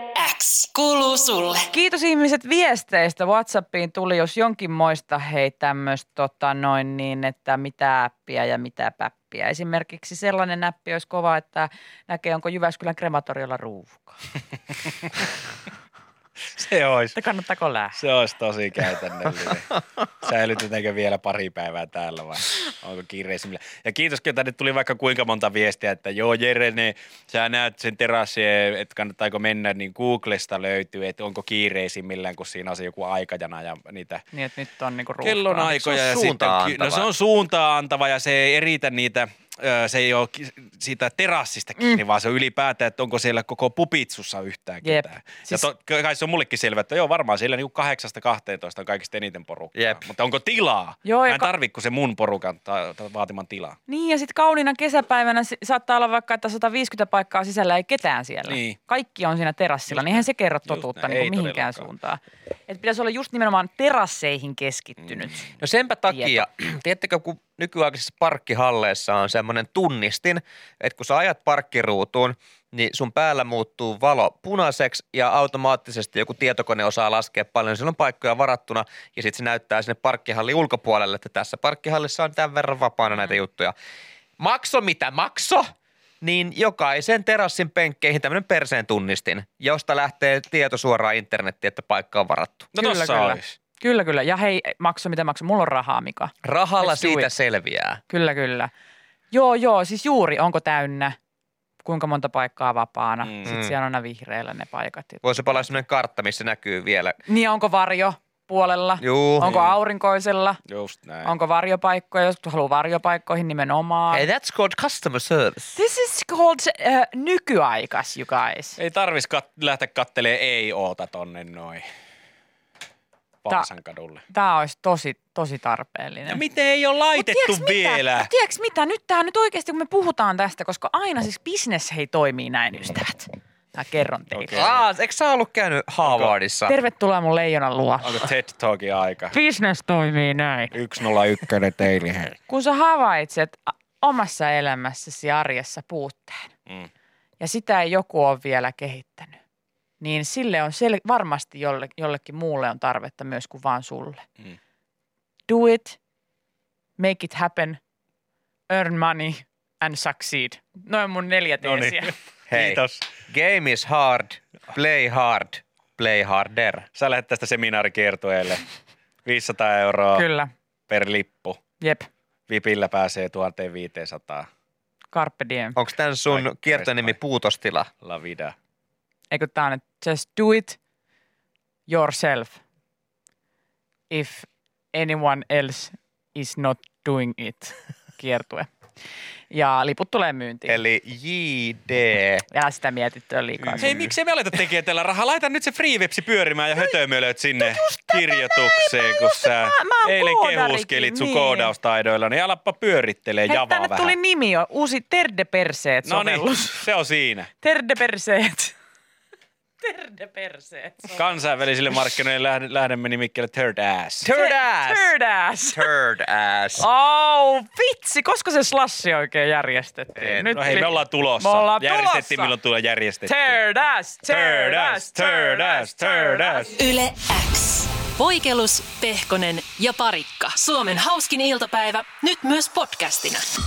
[SPEAKER 2] X kuuluu sulle.
[SPEAKER 3] Kiitos ihmiset viesteistä. Whatsappiin tuli jos jonkinmoista hei tämmöistä tota noin niin, että mitä appia ja mitä päppiä. Esimerkiksi sellainen näppi olisi kova, että näkee onko Jyväskylän krematoriolla ruuvukaa.
[SPEAKER 5] Se olisi.
[SPEAKER 3] Että kannattaako lähteä?
[SPEAKER 5] Se olisi tosi käytännöllinen. Säilytetäänkö vielä pari päivää täällä vai onko kiireisimmillä? Ja kiitos, kun tänne tuli vaikka kuinka monta viestiä, että joo Jere, ne, sä näet sen terassien, että kannattaako mennä, niin Googlesta löytyy, että onko kiireisimmillään, kun siinä on se joku aikajana ja niitä
[SPEAKER 3] Niin, että nyt on niinku ruuhkaa.
[SPEAKER 5] kellon aikoja.
[SPEAKER 4] Se on
[SPEAKER 5] ja
[SPEAKER 4] suuntaa
[SPEAKER 5] sitten,
[SPEAKER 4] antava.
[SPEAKER 5] No se on suuntaa antava ja se ei eritä niitä, ö, se ei ole ki- siitä terassista kiinni, mm. vaan se on ylipäätään, että onko siellä koko pupitsussa yhtään
[SPEAKER 3] Jep.
[SPEAKER 5] ketään.
[SPEAKER 3] Siis-
[SPEAKER 5] Siis... Ja to, kai se on mullekin selvä, että joo varmaan siellä niinku 8-12 on kaikista eniten porukkaa.
[SPEAKER 4] Jep.
[SPEAKER 5] Mutta onko tilaa?
[SPEAKER 3] Joo,
[SPEAKER 5] Mä
[SPEAKER 3] ja
[SPEAKER 5] en
[SPEAKER 3] ka-
[SPEAKER 5] tarvitse kuin se mun porukan ta- ta- vaatiman tilaa.
[SPEAKER 3] Niin ja sitten kauniina kesäpäivänä se- saattaa olla vaikka, että 150 paikkaa sisällä ei ketään siellä.
[SPEAKER 5] Niin.
[SPEAKER 3] Kaikki on siinä terassilla,
[SPEAKER 5] Just
[SPEAKER 3] niin eihän se kerro
[SPEAKER 5] näin. Just
[SPEAKER 3] totuutta
[SPEAKER 5] näin.
[SPEAKER 3] niin
[SPEAKER 5] Ei
[SPEAKER 3] mihinkään suuntaan.
[SPEAKER 5] todellakaan.
[SPEAKER 3] Et pitäisi olla just nimenomaan terasseihin keskittynyt. Mm.
[SPEAKER 4] No senpä takia, tiedättekö, kun nykyaikaisissa parkkihalleissa on semmoinen tunnistin, että kun sä ajat parkkiruutuun, niin sun päällä muuttuu valo punaiseksi ja automaattisesti joku tietokone osaa laskea paljon. Siellä on paikkoja varattuna ja sitten se näyttää sinne parkkihallin ulkopuolelle, että tässä parkkihallissa on tämän verran vapaana näitä juttuja. Makso mitä makso, niin jokaisen terassin penkkeihin tämmöinen perseen tunnistin, josta lähtee tieto suoraan internettiin, että paikka on varattu.
[SPEAKER 5] No
[SPEAKER 3] Kyllä,
[SPEAKER 5] tossa
[SPEAKER 3] kyllä.
[SPEAKER 5] olisi.
[SPEAKER 3] Kyllä, kyllä. Ja hei, makso mitä makso. Mulla on rahaa, Mika.
[SPEAKER 4] Rahalla
[SPEAKER 3] Let's do
[SPEAKER 4] siitä
[SPEAKER 3] it.
[SPEAKER 4] selviää.
[SPEAKER 3] Kyllä, kyllä. Joo, joo. Siis juuri, onko täynnä? Kuinka monta paikkaa vapaana?
[SPEAKER 5] Mm.
[SPEAKER 3] Mm. Sitten siellä on aina vihreillä ne paikat.
[SPEAKER 4] Voisi olla sellainen kartta, missä näkyy vielä.
[SPEAKER 5] Mm.
[SPEAKER 3] Niin onko varjo puolella?
[SPEAKER 4] Juu.
[SPEAKER 3] Onko aurinkoisella?
[SPEAKER 5] Just näin.
[SPEAKER 3] Onko varjopaikkoja? Jos haluaa varjopaikkoihin nimenomaan.
[SPEAKER 4] Hey, that's called customer service.
[SPEAKER 3] This is called uh, nykyaikas, you guys.
[SPEAKER 5] Ei tarvis kat- lähteä kattelee ei oota tonne noin. Vaasan kadulle.
[SPEAKER 3] Tämä olisi tosi, tosi tarpeellinen.
[SPEAKER 5] Ja miten ei ole
[SPEAKER 3] Mut
[SPEAKER 5] laitettu
[SPEAKER 3] tiiäks Mitä?
[SPEAKER 5] vielä?
[SPEAKER 3] Mut tiiäks mitä? Nyt tää nyt oikeasti, kun me puhutaan tästä, koska aina siis bisnes hei toimii näin, ystävät. Mä kerron teille.
[SPEAKER 5] Okei.
[SPEAKER 4] Ah, eikö sä ollut käynyt Harvardissa?
[SPEAKER 3] Tervetuloa mun leijonan luo.
[SPEAKER 5] Onko TED Talkin aika?
[SPEAKER 3] Business toimii näin.
[SPEAKER 5] 101 teili hei.
[SPEAKER 3] Kun sä havaitset a- omassa elämässäsi arjessa puutteen
[SPEAKER 5] Mm.
[SPEAKER 3] ja sitä ei joku ole vielä kehittänyt, niin sille on sel- varmasti jolle- jollekin muulle on tarvetta myös kuin vaan sulle.
[SPEAKER 5] Mm.
[SPEAKER 3] Do it, make it happen, earn money and succeed. Noin mun neljä
[SPEAKER 5] No niin.
[SPEAKER 3] teesiä.
[SPEAKER 4] Hei.
[SPEAKER 5] Kiitos.
[SPEAKER 4] Game is hard, play hard, play harder.
[SPEAKER 5] Sä lähdet tästä seminaarikiertueelle. 500 euroa Kyllä.
[SPEAKER 3] Kyllä,
[SPEAKER 5] per lippu.
[SPEAKER 3] jep,
[SPEAKER 5] Vipillä pääsee 1500.
[SPEAKER 3] carpe diem.
[SPEAKER 4] Onko tämän sun
[SPEAKER 5] Ai,
[SPEAKER 4] kiertonimi
[SPEAKER 5] Christ,
[SPEAKER 4] puutostila?
[SPEAKER 5] La vida.
[SPEAKER 3] Eikö tää on, että just do it yourself if anyone else is not doing it kiertue. Ja liput tulee myyntiin. Eli...
[SPEAKER 4] Eli JD.
[SPEAKER 3] Älä sitä mietit, on liikaa.
[SPEAKER 5] Hei, miksei me aleta tekemään tällä rahaa? Laita nyt se freewebsi pyörimään ja hötömölöt sinne kirjoitukseen, kun sä
[SPEAKER 3] mä- mä oon
[SPEAKER 5] eilen
[SPEAKER 3] koodarikin,
[SPEAKER 5] kehuskelit sun
[SPEAKER 3] niin.
[SPEAKER 5] koodaustaidoilla. Niin alappa pyörittelee
[SPEAKER 3] Hei,
[SPEAKER 5] javaa
[SPEAKER 3] tänne
[SPEAKER 5] vähän.
[SPEAKER 3] tuli nimi jo, uusi Terde Perseet
[SPEAKER 5] no
[SPEAKER 3] sovellus.
[SPEAKER 5] niin, se on siinä.
[SPEAKER 3] Terde Perseet.
[SPEAKER 2] Terde perseet.
[SPEAKER 5] Kansainvälisille markkinoille lähde- lähdemme nimikkelle Third Ass.
[SPEAKER 4] Turd ass.
[SPEAKER 3] Turd ass.
[SPEAKER 4] Turd ass.
[SPEAKER 3] Oh, vitsi, koska se slashi oikein järjestettiin?
[SPEAKER 5] Ei, No hei,
[SPEAKER 3] li-
[SPEAKER 5] me ollaan tulossa.
[SPEAKER 3] Me ollaan
[SPEAKER 5] Järjestettiin,
[SPEAKER 3] tulossa.
[SPEAKER 5] milloin tulee järjestettiin.
[SPEAKER 3] Turd ass, turd ass, turd ass, turd ass.
[SPEAKER 2] Yle X. Voikelus, Pehkonen ja Parikka. Suomen hauskin iltapäivä, nyt myös podcastina.